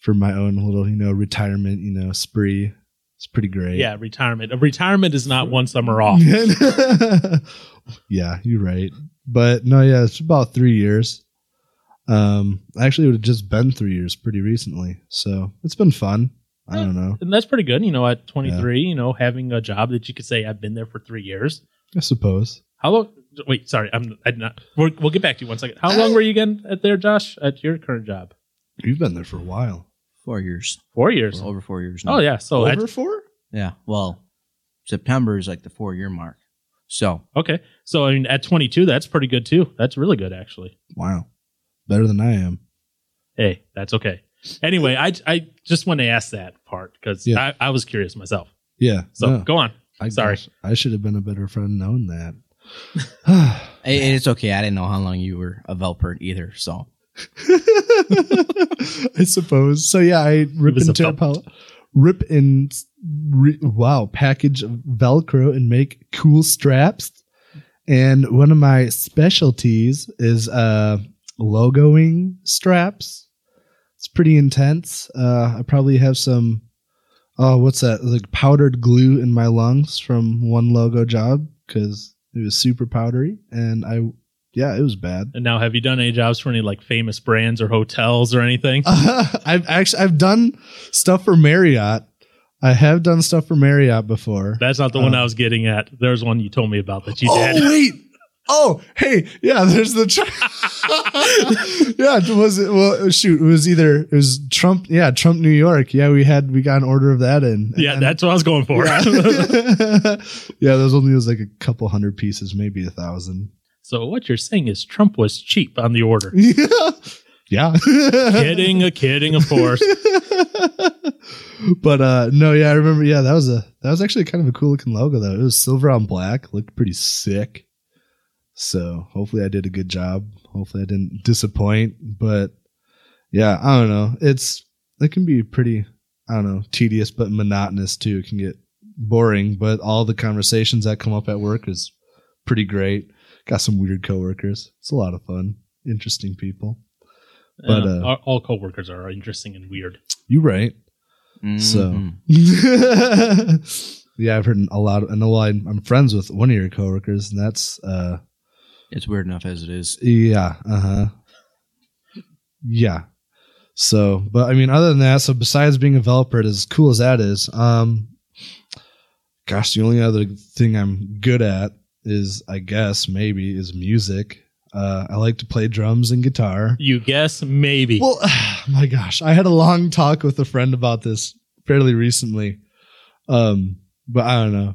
Speaker 2: for my own little, you know, retirement, you know, spree. It's pretty great.
Speaker 1: Yeah, retirement. A retirement is not one summer off.
Speaker 2: yeah, you're right. But no, yeah, it's about three years. Um, actually, it would have just been three years pretty recently. So it's been fun. I don't know.
Speaker 1: And that's pretty good, you know, at 23, you know, having a job that you could say I've been there for 3 years.
Speaker 2: I suppose.
Speaker 1: How long? Wait, sorry, I'm. I'm not. We're, we'll get back to you one second. How long were you again at there, Josh, at your current job?
Speaker 2: You've been there for a while.
Speaker 3: Four years.
Speaker 1: Four years.
Speaker 3: Over four years now.
Speaker 1: Oh yeah. So at-
Speaker 2: Over four?
Speaker 3: Yeah. Well, September is like the four year mark. So
Speaker 1: okay. So I mean, at 22, that's pretty good too. That's really good actually.
Speaker 2: Wow. Better than I am.
Speaker 1: Hey, that's okay. Anyway, I I just want to ask that part because
Speaker 2: Yeah.
Speaker 1: I, I was curious myself.
Speaker 2: Yeah.
Speaker 1: So
Speaker 2: no,
Speaker 1: go on.
Speaker 2: I,
Speaker 1: sorry.
Speaker 2: gosh, I should have been a better friend knowing that.
Speaker 3: i- it's okay. I didn't know how long you were a Velpert either. So
Speaker 2: I suppose. So yeah, I rip
Speaker 1: was
Speaker 2: and
Speaker 1: a
Speaker 2: tear
Speaker 1: belt.
Speaker 2: pal- rip and s- re- wow, package Velcro and make cool straps. And one of my specialties is uh logoing straps. It's pretty intense. Uh I probably have some oh, what's that? Like powdered glue in my lungs from one logo job cuz it was super powdery and I yeah, it was bad.
Speaker 1: And now, have you done any jobs for any like famous brands or hotels or anything?
Speaker 2: I've actually I've done stuff for Marriott. I have done stuff for Marriott before.
Speaker 1: That's not the one
Speaker 2: Uh,
Speaker 1: I was getting at. There's one you told me about that you
Speaker 2: oh
Speaker 1: did.
Speaker 2: wait, Oh, hey, yeah, there's the Trump. yeah, it was it? Well, shoot, it was either it was Trump. Yeah, Trump, New York. Yeah, we had we got an order of that in.
Speaker 1: Yeah,
Speaker 2: that's
Speaker 1: that's what I was going for.
Speaker 2: yeah, yeah those only was like a couple hundred pieces, maybe a thousand.
Speaker 1: so what you're saying is Trump was cheap on the order.
Speaker 2: yeah.
Speaker 1: kidding, a kidding, of course.
Speaker 2: but uh no, yeah, I remember. Yeah, that was a that was actually kind of a cool looking logo though. It was silver on black, looked pretty sick. So hopefully I did a good job. Hopefully I didn't disappoint. But yeah, I don't know. It's it can be pretty I don't know tedious, but monotonous too. It can get boring. But all the conversations that come up at work is pretty great. Got some weird coworkers. It's a lot of fun. Interesting people. But,
Speaker 1: Yeah,
Speaker 2: uh,
Speaker 1: all, all coworkers are interesting and weird.
Speaker 2: You right. So.
Speaker 3: Mhm.
Speaker 2: yeah, I've heard a lot, of, and a lot. I'm friends with one of your coworkers, and that's uh,
Speaker 3: it's weird enough as it is.
Speaker 2: yeah, uh huh, yeah. So, but I mean, other than that, so besides being a developer, as cool as that is, um, gosh, the only other thing I'm good at is, I guess, maybe, is music. Uh, I like to play drums and guitar.
Speaker 1: You guess maybe.
Speaker 2: Well, my gosh, I had a long talk with a friend about this fairly recently. Um, but I don't know.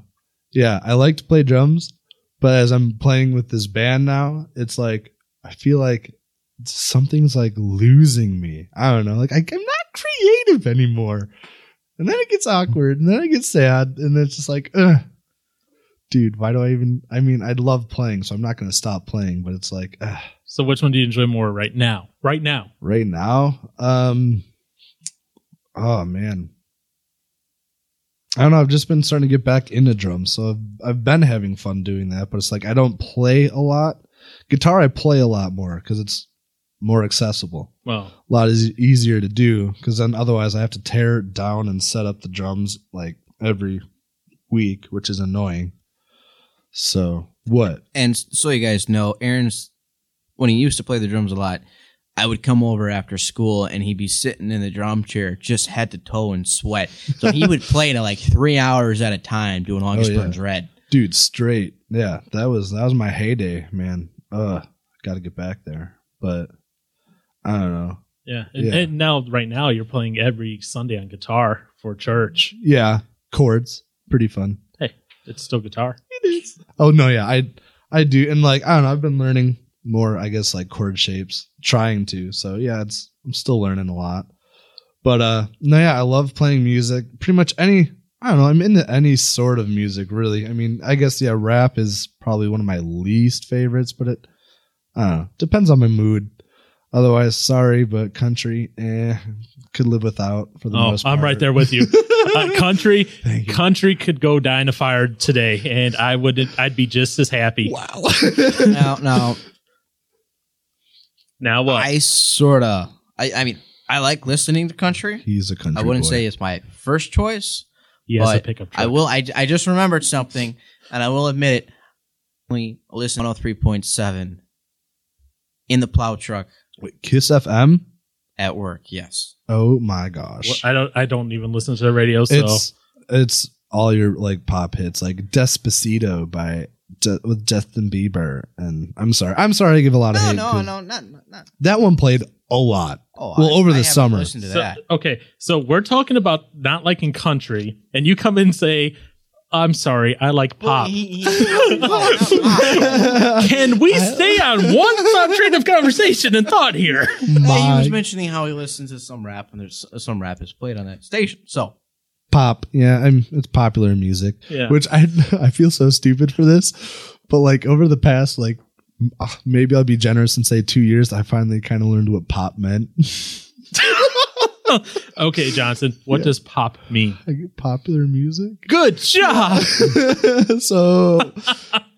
Speaker 2: Yeah, I like to play drums, but as I'm playing with this band now, it's like I feel like something's like losing me. I don't know. Like I, I'm not creative anymore. And then it gets awkward, and then I get sad, and then it's just like, ugh. Dude, why do I even? I mean, I love playing, so I'm not going to stop playing, but it's like, ugh
Speaker 1: so which one do you enjoy more right now? Right now.
Speaker 2: right now um oh man i don't know i've just been starting to get back into drums so I've, I've been having fun doing that but it's like i don't play a lot guitar i play a lot more because it's more accessible
Speaker 1: Well,
Speaker 2: a lot is easier to do because then otherwise i have to tear it down and set up the drums like every week which is annoying so what
Speaker 3: And s- so you guys know, Aaron's when he used to play the drums a lot. I would come over after school and he'd be sitting in the drum chair, just head to toe in sweat. So he would play to like three hours at a time doing August
Speaker 2: Oh, yeah.
Speaker 3: Burns Red.
Speaker 2: dude straight yeah that was that was my heyday man uh gotta get back there but i don't know
Speaker 1: yeah. And,
Speaker 2: Yeah.
Speaker 1: and now, right now, you're playing every Sunday on guitar for church.
Speaker 2: yeah chords pretty fun
Speaker 1: It's still guitar.
Speaker 2: oh no yeah i i do and like i don't know i've been learning more i guess like chord shapes trying to so yeah it's i'm still learning a lot but uh no yeah i love playing music pretty much any i don't know i'm into any sort of music really i mean i guess yeah rap is probably one of my least favorites but it i don't know depends on my mood otherwise sorry but country eh could live without for the
Speaker 1: Oh,
Speaker 2: most part
Speaker 1: I'm right there with you. uh, country,
Speaker 2: Thank you.
Speaker 1: country could go die in a fire today, and I would. I'd be just as happy.
Speaker 2: wow
Speaker 3: Now, now
Speaker 1: Now what?
Speaker 3: I sort of, I, I mean, I like listening to country.
Speaker 2: he's a country
Speaker 3: I wouldn't
Speaker 2: boy.
Speaker 3: say it's my first choice.
Speaker 1: he has a
Speaker 3: but
Speaker 1: pickup truck.
Speaker 3: I will. I, I just remembered something, and I will admit it. Only listen one hundred three point seven in the plow truck
Speaker 2: Wait, kiss fm
Speaker 3: at work. Yes,
Speaker 2: oh my gosh
Speaker 1: Well, I don't. I don't even listen to the radio. So
Speaker 2: It's it's all your like pop hits like Despacito by De- with Justin Bieber and I'm sorry I'm sorry I give a lot of
Speaker 3: no,
Speaker 2: hate.
Speaker 3: no,
Speaker 2: 'cause
Speaker 3: no, not, not, not.
Speaker 2: That one played a lot.
Speaker 3: Oh,
Speaker 2: Well, over the
Speaker 3: haven't
Speaker 2: summer.
Speaker 3: listened to
Speaker 1: So-
Speaker 3: that.
Speaker 1: okay. So we're talking about not liking country, and you come in and say, "I'm sorry, I like pop."
Speaker 3: Oh,
Speaker 1: Can we
Speaker 2: I-
Speaker 1: stay on one subtrain of conversation and thought here?
Speaker 3: Hey, he was
Speaker 2: My
Speaker 3: mentioning how he listens to some rap, and there's some rap is played on that station. So
Speaker 2: pop, yeah, I'm, it's popular music,
Speaker 1: Yeah.
Speaker 2: which I I feel so stupid for this, but like over the past like m- ah, maybe I'll be generous and say two years, I finally kind of learned what pop meant.
Speaker 1: Okay, Johnson. What does pop mean?
Speaker 2: like popular music.
Speaker 1: Good job.
Speaker 2: so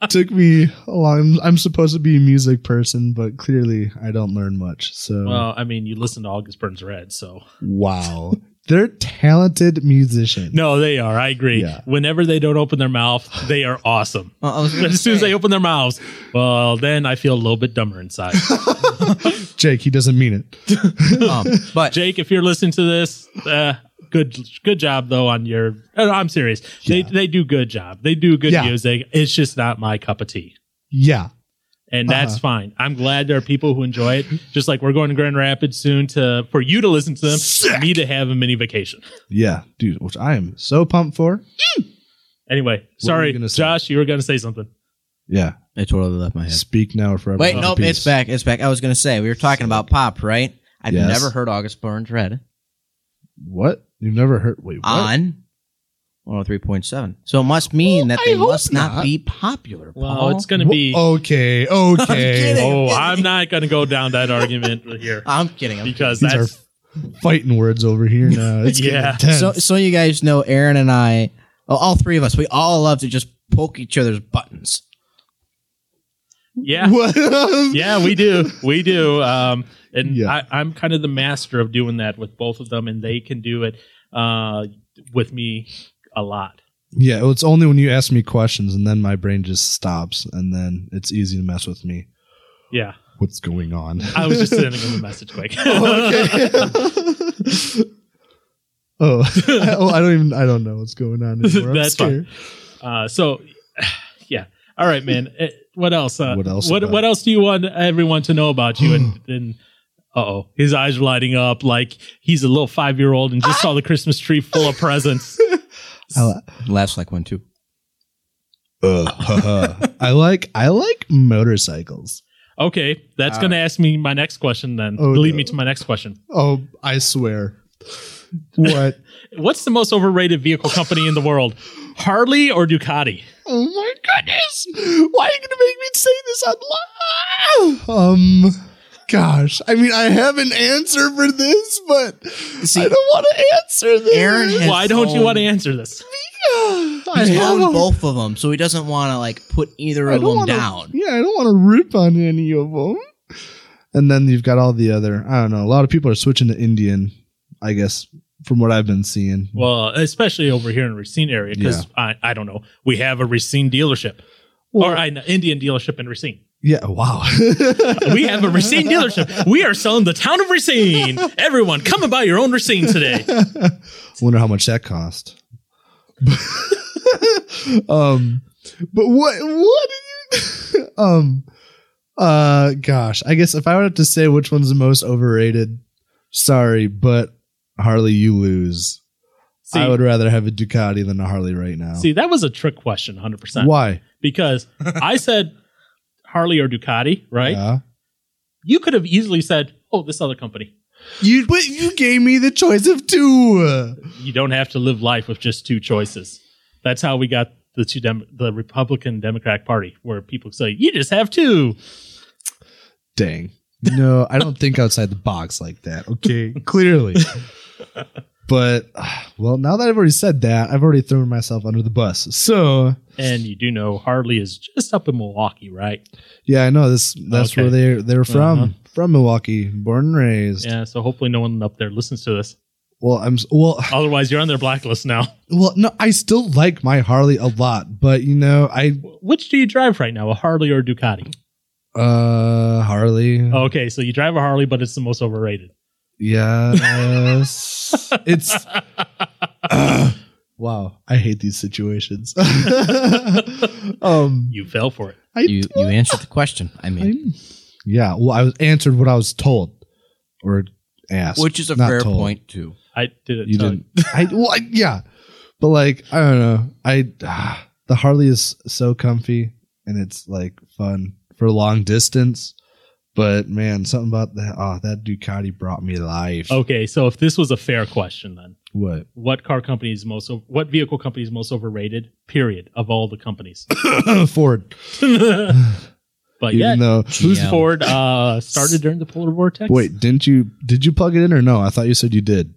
Speaker 2: took me a long I'm supposed to be a music person, but clearly I don't learn much. So
Speaker 1: Well, I mean, you listen to August Burns Red, so
Speaker 2: wow. They're talented musicians.
Speaker 1: no, they are. I agree.
Speaker 2: Yeah.
Speaker 1: Whenever they don't open their mouth, they are awesome.
Speaker 3: uh, I was
Speaker 1: But
Speaker 3: gonna
Speaker 1: as soon as
Speaker 3: say,
Speaker 1: they open their mouths, well, then I feel a little bit dumber inside.
Speaker 2: Jake, he doesn't mean it.
Speaker 3: um, but
Speaker 1: Jake, if you're listening to this, uh, good good job though on your. uh, I'm serious. They
Speaker 2: Yeah.
Speaker 1: they do good job. They do good
Speaker 2: Yeah.
Speaker 1: music. It's just not my cup of tea.
Speaker 2: Yeah.
Speaker 1: and that's
Speaker 2: Uh-huh.
Speaker 1: fine. I'm glad there are people who enjoy it. Just like we're going to Grand Rapids soon to for you to listen to them,
Speaker 2: Sick.
Speaker 1: me to have a mini vacation.
Speaker 2: Yeah, dude, which I am so pumped for.
Speaker 1: Anyway, sorry,
Speaker 2: you gonna say?
Speaker 1: Josh, you were going to say something.
Speaker 2: Yeah,
Speaker 3: I totally left my head.
Speaker 2: speak now or forever.
Speaker 3: Wait,
Speaker 2: hold in
Speaker 3: nope, it's
Speaker 2: peace.
Speaker 3: back. It's back. I was gonna say we were talking about pop, right? I've
Speaker 2: Yes.
Speaker 3: never heard August Burns Red
Speaker 2: What? You've never heard? Wait,
Speaker 3: Ah,
Speaker 2: what?
Speaker 3: on. 103.7. So it must mean that
Speaker 2: I
Speaker 3: they
Speaker 2: hope
Speaker 3: must not,
Speaker 2: not.
Speaker 3: be popular.
Speaker 1: Well,
Speaker 3: Paul.
Speaker 1: Oh, it's going to be.
Speaker 2: Wha- Okay, okay.
Speaker 3: kidding.
Speaker 1: oh, I'm not going to go down that argument here
Speaker 3: I'm kidding. I'm
Speaker 1: because
Speaker 2: These
Speaker 1: that's
Speaker 2: are fighting words over here now. It's
Speaker 1: Yeah.
Speaker 2: yeah.
Speaker 3: so so you guys know Aaron and I, well, all three of us, we all love to just poke each other's buttons.
Speaker 1: yeah.
Speaker 2: What?
Speaker 1: yeah, we do. We do. Um, and
Speaker 2: Yeah.
Speaker 1: I, I'm kind of the master of doing that with both of them, and they can do it uh, with me a lot.
Speaker 2: Yeah, well, it's only when you ask me questions and then my brain just stops and then it's easy to mess with me.
Speaker 1: Yeah.
Speaker 2: What's going on?
Speaker 1: I was just sending them a message quick.
Speaker 2: oh, okay. oh, I, oh, I don't even. I don't know what's going on anymore. I'm
Speaker 1: That's
Speaker 2: scared.
Speaker 1: Uh, so, yeah. All right, man. Eh, what else? Uh,
Speaker 2: What else
Speaker 1: What,
Speaker 2: about- Hmm.
Speaker 1: what else do you want everyone to know about you? And, and oh, his eyes are lighting up like he's a little five year old and just saw the Christmas tree full of presents.
Speaker 2: I, li-
Speaker 3: Laughs like one too.
Speaker 2: Ugh, haha. I like. I like motorcycles.
Speaker 1: Okay, that's going to ask me my next question. Then
Speaker 2: Ah. Oh,
Speaker 1: lead
Speaker 2: no.
Speaker 1: me to my next question.
Speaker 2: Oh, I swear. What?
Speaker 1: What's the most overrated vehicle company in the world? Harley or Ducati?
Speaker 2: oh my goodness! Why are you gonna make me say this on live? Um. Gosh, I mean, I have an answer for this, but
Speaker 3: See-
Speaker 2: I don't want to answer this.
Speaker 3: Aaron has-
Speaker 1: Why don't you
Speaker 3: own-
Speaker 2: Oh.
Speaker 1: want to answer this?
Speaker 2: I
Speaker 3: He's
Speaker 2: have
Speaker 3: owned
Speaker 2: a-
Speaker 3: both of them, so he doesn't want to like put either
Speaker 2: I
Speaker 3: of
Speaker 2: don't
Speaker 3: them
Speaker 2: wanna-
Speaker 3: down.
Speaker 2: Yeah, I don't want to rip on any of them. And then you've got all the other. I don't know. A lot of people are switching to Indian, I guess, from what I've been seeing.
Speaker 1: Well, especially over here in Racine area, because I, I don't know. We have a Racine dealership
Speaker 2: Well,
Speaker 1: or an Indian dealership in Racine.
Speaker 2: yeah. Wow.
Speaker 1: We have a Racine dealership. We are selling the town of Racine. Everyone, come and buy your own Racine today.
Speaker 2: Wonder how much that cost. um, but what? What? Did you, um, uh, gosh. I guess if I would have to say which one's the most overrated, sorry, but Harley, you lose.
Speaker 1: See,
Speaker 2: I would rather have a Ducati than a Harley right now.
Speaker 1: see that was a trick question, 100%.
Speaker 2: Why?
Speaker 1: Because I said Harley or Ducati, right?
Speaker 2: Yeah.
Speaker 1: You could have easily said, oh, this other company.
Speaker 2: You but you gave me the choice of two.
Speaker 1: you don't have to live life with just two choices. That's how we got the two dem- the Republican Democratic Party, where people say you just have two.
Speaker 2: Dang. No, I don't think outside the box like that. Okay, clearly. But ah, well, now that I've already said that, I've already thrown myself under the bus. So
Speaker 1: And you do know Harley is just up in Milwaukee, right?
Speaker 2: yeah, I know this. That's
Speaker 1: Okay.
Speaker 2: where they're they're from.
Speaker 1: Uh-huh.
Speaker 2: From Milwaukee, born and raised.
Speaker 1: Yeah. So hopefully no one up there listens to this.
Speaker 2: Well, I'm s- well.
Speaker 1: Otherwise, you're on their blacklist now.
Speaker 2: Well, no, I still like my Harley a lot, but you know, I
Speaker 1: Which do you drive right now, a Harley or a Ducati?
Speaker 2: uh Harley.
Speaker 1: Okay, so you drive a Harley, but it's the most overrated.
Speaker 2: Yes. it's Ugh. wow. I hate these situations. um
Speaker 1: You fell for it.
Speaker 2: I
Speaker 3: You
Speaker 2: do-
Speaker 3: you answered the question. I mean,
Speaker 2: I- yeah, well I was answered what I was told or asked.
Speaker 3: which is a
Speaker 2: not
Speaker 3: fair
Speaker 2: told.
Speaker 3: point too.
Speaker 1: I did it.
Speaker 2: You didn't I, well, I- yeah. But like I don't know. I ah, the Harley is so comfy and it's like fun for long distance. But man, something about that oh that Ducati brought me life.
Speaker 1: Okay, so if this was a fair question, then
Speaker 2: What?
Speaker 1: what car company is most o- what vehicle company is most overrated? Period of all the companies.
Speaker 2: Ford.
Speaker 1: but
Speaker 2: Even
Speaker 1: Uh, yeah,
Speaker 2: though
Speaker 1: who's
Speaker 3: GM.
Speaker 1: Ford uh, started during the polar vortex.
Speaker 2: Wait, didn't you did you plug it in or no? I thought you said you did.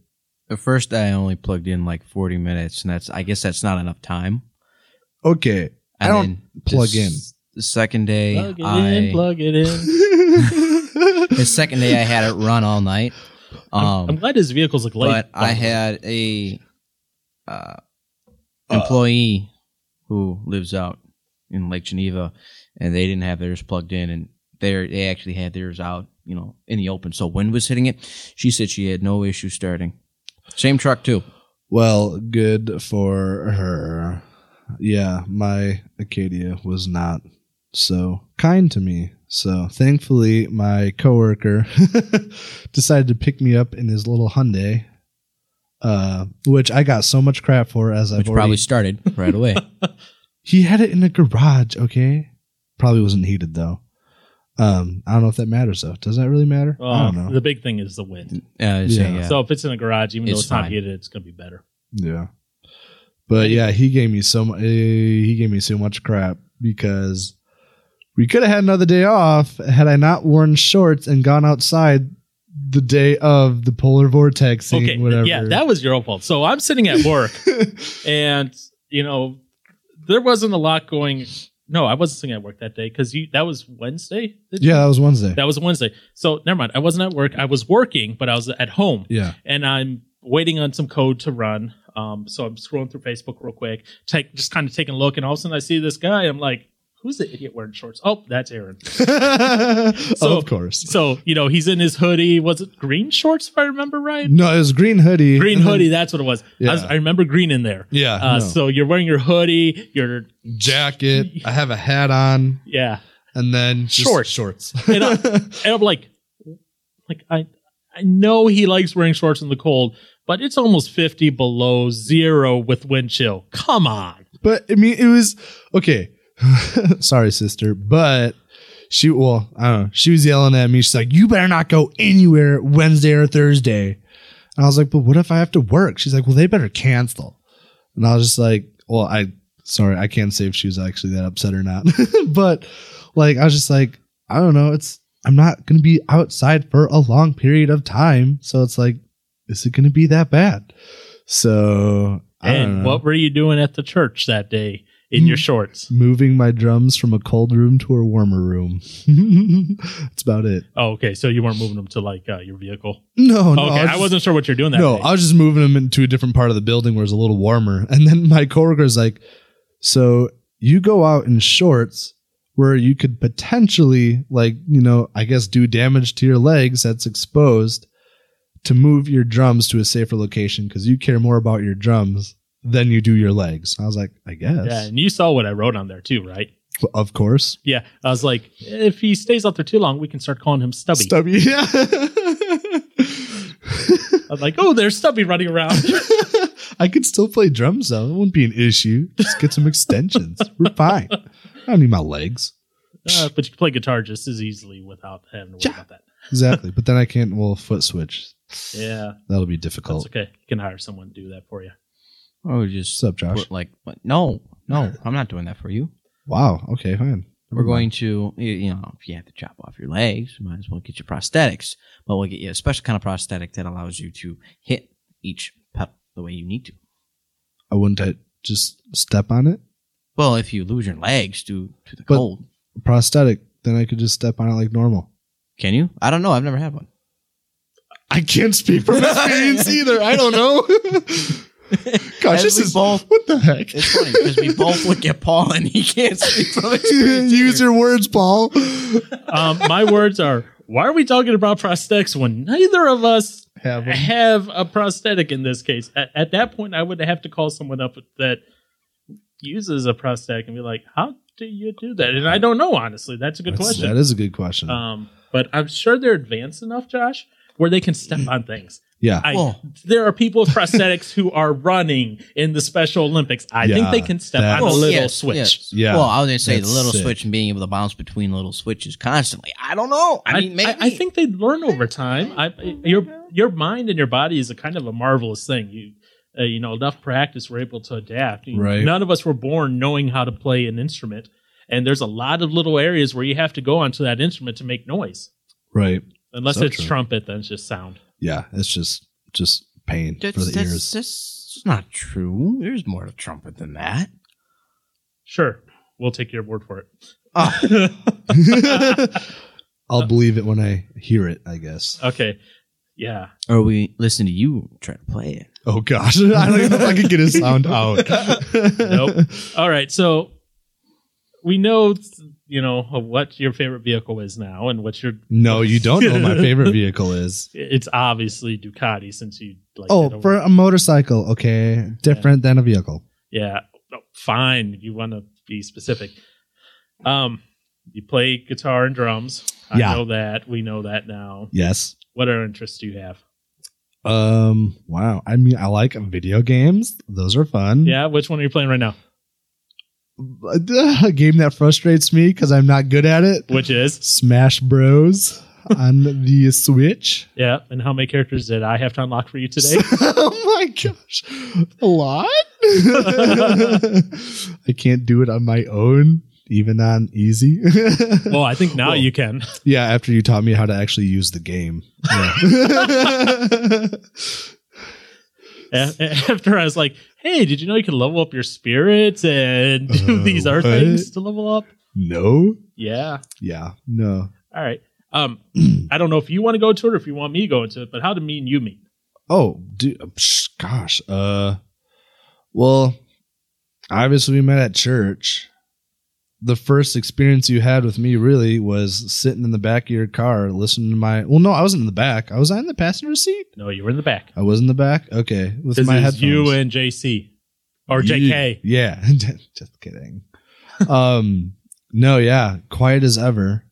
Speaker 3: At first, I only plugged in like forty minutes, and that's I guess that's not enough time.
Speaker 2: Okay. I
Speaker 3: And
Speaker 2: don't
Speaker 3: then
Speaker 2: plug
Speaker 3: the s- The second day,
Speaker 1: plug it
Speaker 3: I
Speaker 1: in, plug it in.
Speaker 3: the second day I had it run all night. Um,
Speaker 1: I'm glad his vehicles look light. Oh,
Speaker 3: but I
Speaker 1: by the way.
Speaker 3: had a uh, employee who lives out in Lake Geneva, and they didn't have theirs plugged in, and they they actually had theirs out, you know, in the open. So wind was hitting it. She said she had no issue starting. Same truck too.
Speaker 2: well, good for her. Yeah, my Acadia was not so kind to me. So thankfully, my coworker decided to pick me up in his little Hyundai, uh, which I got so much crap for as I've
Speaker 3: which
Speaker 2: already.
Speaker 3: probably started right away.
Speaker 2: he had it in a garage. Okay, probably wasn't heated though. Um, I don't know if that matters though. Does that really matter? I
Speaker 1: Uh,
Speaker 2: don't know.
Speaker 1: The big thing is the wind.
Speaker 3: Uh, so,
Speaker 2: Yeah.
Speaker 3: yeah.
Speaker 1: So if it's in a garage, even though
Speaker 3: It's
Speaker 1: it's not
Speaker 3: fine.
Speaker 1: heated, it's gonna be better.
Speaker 2: Yeah. But yeah, he gave me so much. He gave me so much crap because we could have had another day off had I not worn shorts and gone outside the day of the polar vortex. Scene,
Speaker 1: okay,
Speaker 2: whatever.
Speaker 1: yeah, that was your own fault. So I'm sitting at work, and you know, there wasn't a lot going. No, I wasn't sitting at work that day because you that was Wednesday. did you?
Speaker 2: yeah, that was Wednesday.
Speaker 1: that was Wednesday. So never mind. I wasn't at work. I was working, but I was at home.
Speaker 2: yeah,
Speaker 1: and I'm waiting on some code to run. Um, so I'm scrolling through Facebook real quick, take just kind of taking a look, and all of a sudden I see this guy. I'm like, "Who's the idiot wearing shorts?" Oh, that's Aaron.
Speaker 2: of course.
Speaker 1: So you know he's in his hoodie. Was it green shorts? If I remember right,
Speaker 2: No, it was green hoodie.
Speaker 1: green
Speaker 2: and then-
Speaker 1: hoodie. That's what it was. I, was,
Speaker 2: Mm-hmm. Yeah.
Speaker 1: I remember green in there.
Speaker 2: Yeah,
Speaker 1: Uh,
Speaker 2: no.
Speaker 1: So you're wearing your hoodie. Your
Speaker 2: jacket. I have a hat on,
Speaker 1: yeah.
Speaker 2: and then just
Speaker 1: Shorts.
Speaker 2: Shorts.
Speaker 1: And, I, and I'm like, like I, I know he likes wearing shorts in the cold, but it's almost 50 below zero with wind chill. Come on.
Speaker 2: But I mean, it was okay. Sorry, sister, but she well, I don't know. She was yelling at me. She's like, "You better not go anywhere Wednesday or Thursday." And I was like, "But what if I have to work?" She's like, "Well, they better cancel." And I was just like, "Well, I sorry, I can't say if she was actually that upset or not, but like, I was just like, I don't know. It's I'm not gonna be outside for a long period of time, so it's like, is it gonna be that bad?" So I don't
Speaker 1: And
Speaker 2: know.
Speaker 1: what were you doing at the church that day in your
Speaker 2: Mm.
Speaker 1: shorts?
Speaker 2: moving my drums from a cold room to a warmer room. That's about it.
Speaker 1: Oh, okay. So you weren't moving them to like uh, your vehicle.
Speaker 2: No, no,
Speaker 1: okay, I,
Speaker 2: was just-
Speaker 1: wasn't sure what you're doing that
Speaker 2: No,
Speaker 1: day.
Speaker 2: I was just moving them into a different part of the building where it's a little warmer. And then my coworker's like, "So you go out in shorts where you could potentially, like, you know, I guess, do damage to your legs that's exposed." To move your drums to a safer location because you care more about your drums than you do your legs. I was like, I guess,
Speaker 1: Yeah, and you saw what I wrote on there too, right?
Speaker 2: of course,
Speaker 1: Yeah, I was like, if he stays out there too long, we can start calling him Stubby.
Speaker 2: stubby. Yeah.
Speaker 1: I was like, oh, there's Stubby running around.
Speaker 2: I could still play drums though. It wouldn't be an issue. Just get some extensions. We're fine. I don't need my legs.
Speaker 1: uh, but you can play guitar just as easily without having to worry
Speaker 2: Yeah.
Speaker 1: about that.
Speaker 2: Exactly. But then I can't well foot switch.
Speaker 1: Yeah,
Speaker 2: That'll be
Speaker 1: that's
Speaker 2: difficult.
Speaker 1: okay. You can hire someone to do that for you.
Speaker 3: Oh, just
Speaker 2: What's up, Josh?
Speaker 3: put, like what? no, no, I'm not doing that for you.
Speaker 2: wow. Okay, fine.
Speaker 3: We're going to you- you know if you have to chop off your legs, you might as well get your prosthetics. But we'll get you a special kind of prosthetic that allows you to hit each pep the way you need to.
Speaker 2: I wouldn't I just step on it?
Speaker 3: Well, if you lose your legs due to the
Speaker 2: But-
Speaker 3: cold,
Speaker 2: Prosthetic. Then I could just step on it like normal.
Speaker 3: can you? I don't know. I've never had one.
Speaker 2: I can't speak from experience either. I don't know. Gosh,
Speaker 3: As
Speaker 2: this
Speaker 3: we
Speaker 2: is
Speaker 3: both-
Speaker 2: what the heck?
Speaker 3: It's funny because we both look at Paul and he can't speak from experience.
Speaker 2: Use your words, Paul.
Speaker 1: Um, my words are, why are we talking about prosthetics when neither of us
Speaker 2: Have
Speaker 1: I have a prosthetic in this case. At, at that point, I would have to call someone up that uses a prosthetic and be like, "How do you do that?" And I don't know, honestly. That's a good
Speaker 2: That's- That
Speaker 1: question.
Speaker 2: is a good question.
Speaker 1: Um, but I'm sure they're advanced enough, Josh, where they can step on things.
Speaker 2: yeah.
Speaker 1: I,
Speaker 3: Well-
Speaker 1: there are people with prosthetics who are running in the Special Olympics. I think
Speaker 2: Yeah,
Speaker 1: they can step on
Speaker 2: that's-
Speaker 1: a
Speaker 2: Well,
Speaker 1: little
Speaker 3: yes,
Speaker 1: switch.
Speaker 3: yes.
Speaker 2: Yeah,
Speaker 3: Well, I was gonna say the
Speaker 2: that's
Speaker 3: little
Speaker 2: sick.
Speaker 3: switch and being able to bounce between little switches constantly. I don't know. I,
Speaker 1: I,
Speaker 3: mean, maybe
Speaker 1: I, I think they learn over time. I, your your mind and your body is a kind of a marvelous thing. You uh, you know enough practice, we're able to adapt. You-
Speaker 2: Right.
Speaker 1: None of us were born knowing how to play an instrument, and there's a lot of little areas where you have to go onto that instrument to make noise.
Speaker 2: right.
Speaker 1: Unless
Speaker 2: So
Speaker 1: it's
Speaker 2: true.
Speaker 1: trumpet, then it's just sound.
Speaker 2: Yeah, it's just just pain
Speaker 3: that's,
Speaker 2: for the
Speaker 3: that's,
Speaker 2: ears.
Speaker 3: that's not true. There's more to trumpet than that.
Speaker 1: Sure, we'll take your word for it.
Speaker 3: Oh,
Speaker 2: I'll believe it when I hear it, I guess.
Speaker 1: Okay, yeah.
Speaker 3: or we listen to you try to play it.
Speaker 2: Oh gosh, I don't even know if I can get his sound out.
Speaker 1: Nope. All right, so we know you know what your favorite vehicle is now, and what your
Speaker 2: No, you don't know what my favorite vehicle is.
Speaker 1: it's obviously Ducati since you like. it
Speaker 2: Oh,
Speaker 1: over-
Speaker 2: for a motorcycle, okay, different than a vehicle.
Speaker 1: yeah, Oh, fine. You want to be specific. Um, You play guitar and drums. I
Speaker 2: Yeah.
Speaker 1: know that. We know that now.
Speaker 2: Yes.
Speaker 1: What other interests do you have?
Speaker 2: Um. Wow. I mean, I like video games. Those are fun.
Speaker 1: Yeah, which one are you playing right now?
Speaker 2: A game that frustrates me because I'm not good at it.
Speaker 1: Which is
Speaker 2: Smash Bros. on the Switch.
Speaker 1: yeah. And how many characters did I have to unlock for you today?
Speaker 2: oh my gosh, a lot. I can't do it on my own, even on easy.
Speaker 1: well, I think now
Speaker 2: Well,
Speaker 1: you can.
Speaker 2: yeah, after you taught me how to actually use the game. Yeah.
Speaker 1: A- a- After I was like, hey, did you know you can level up your spirits and do
Speaker 2: Uh,
Speaker 1: these other
Speaker 2: what?
Speaker 1: things to level up?
Speaker 2: no.
Speaker 1: Yeah.
Speaker 2: Yeah. No.
Speaker 1: All right. Um, I don't know if you want to go to it or if you want me to go into it, but how to mean you mean?
Speaker 2: Oh, dude, psh, gosh. Uh, well, obviously we met at church. The first experience you had with me really was sitting in the back of your car, listening to my. Well, no, I wasn't in the back. I was I in the passenger seat.
Speaker 1: No, you were in the back.
Speaker 2: I was in the back. Okay, with
Speaker 1: This
Speaker 2: my
Speaker 1: is
Speaker 2: headphones.
Speaker 1: you and JC or
Speaker 2: You-
Speaker 1: JK.
Speaker 2: yeah, just kidding. um, no, yeah, quiet as ever.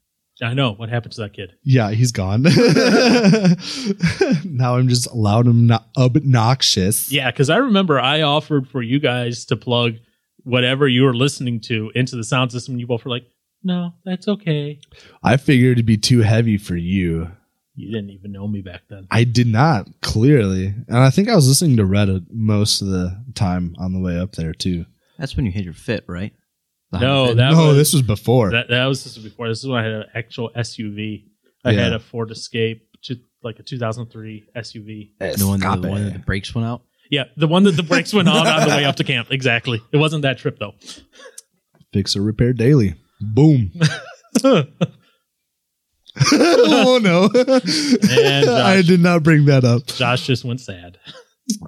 Speaker 1: I know what happened to that kid.
Speaker 2: Yeah, he's gone. now I'm just loud and obno- obnoxious.
Speaker 1: Yeah, because I remember I offered for you guys to plug whatever you were listening to into the sound system. and You both were like, "No, that's okay."
Speaker 2: I figured it'd be too heavy for you.
Speaker 1: You didn't even know me back then.
Speaker 2: I did not clearly, and I think I was listening to Reddit most of the time on the way up there too.
Speaker 3: That's when you hit your fit, right? The
Speaker 1: No,
Speaker 3: hot fit.
Speaker 1: Oh, That
Speaker 2: no,
Speaker 1: was-
Speaker 2: this was before.
Speaker 1: That, that was just before. This is when I had an actual SUV. I
Speaker 2: Yeah.
Speaker 1: had a Ford Escape, to, like a 2003 SUV.
Speaker 3: the one, that,
Speaker 2: Stop
Speaker 3: the one
Speaker 2: it.
Speaker 3: that the brakes went out.
Speaker 1: Yeah, the one that the brakes went on on the way up to camp. Exactly. It wasn't that trip though.
Speaker 2: Fix or repair daily. Boom. oh no!
Speaker 1: Josh.
Speaker 2: I did not bring that up.
Speaker 1: Josh just went sad.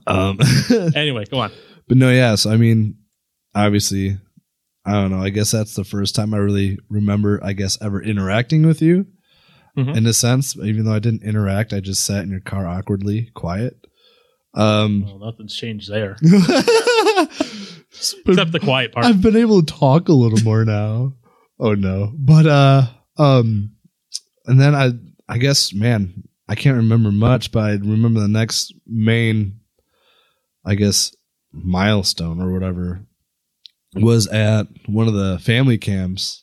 Speaker 2: Um,
Speaker 1: Anyway, go on.
Speaker 2: but no, yeah. So I mean, obviously, I don't know. I guess that's the first time I really remember. I guess ever interacting with you,
Speaker 1: Mhm.
Speaker 2: in a sense. Even though I didn't interact, I just sat in your car awkwardly, quiet. Um,
Speaker 1: Well, nothing's changed there except
Speaker 2: except
Speaker 1: the quiet part.
Speaker 2: I've been able to talk a little more now. Oh no. But uh um and then I I guess man, I can't remember much, but I remember the next main I guess milestone or whatever was at one of the family camps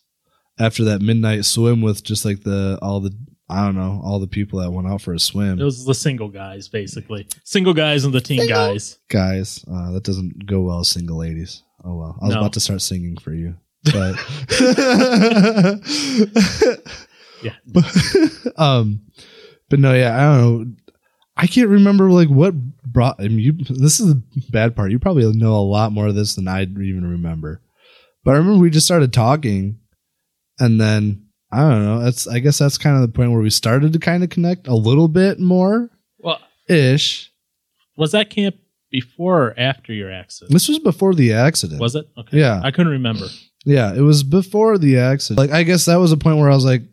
Speaker 2: after that midnight swim with just like the all the I don't know, all the people that went out for a swim.
Speaker 1: It was the single guys, basically. Single guys and the teen
Speaker 2: Single.
Speaker 1: guys.
Speaker 2: guys. Uh, that doesn't go well, single ladies. Oh well, I was
Speaker 1: No.
Speaker 2: about to start singing for you, but
Speaker 1: Yeah.
Speaker 2: but um, but no, yeah, I don't know. I can't remember like what brought. I mean, you, this is the bad part. You probably know a lot more of this than I even remember. But I remember we just started talking, and then I don't know. That's I guess that's kind of the point where we started to kind of connect a little bit more
Speaker 1: Well,
Speaker 2: ish.
Speaker 1: was that camp before or after your accident?
Speaker 2: This was before the accident.
Speaker 1: Was it? Okay.
Speaker 2: Yeah.
Speaker 1: I couldn't remember.
Speaker 2: Yeah, it was before the accident. Like I guess that was a point where I was like,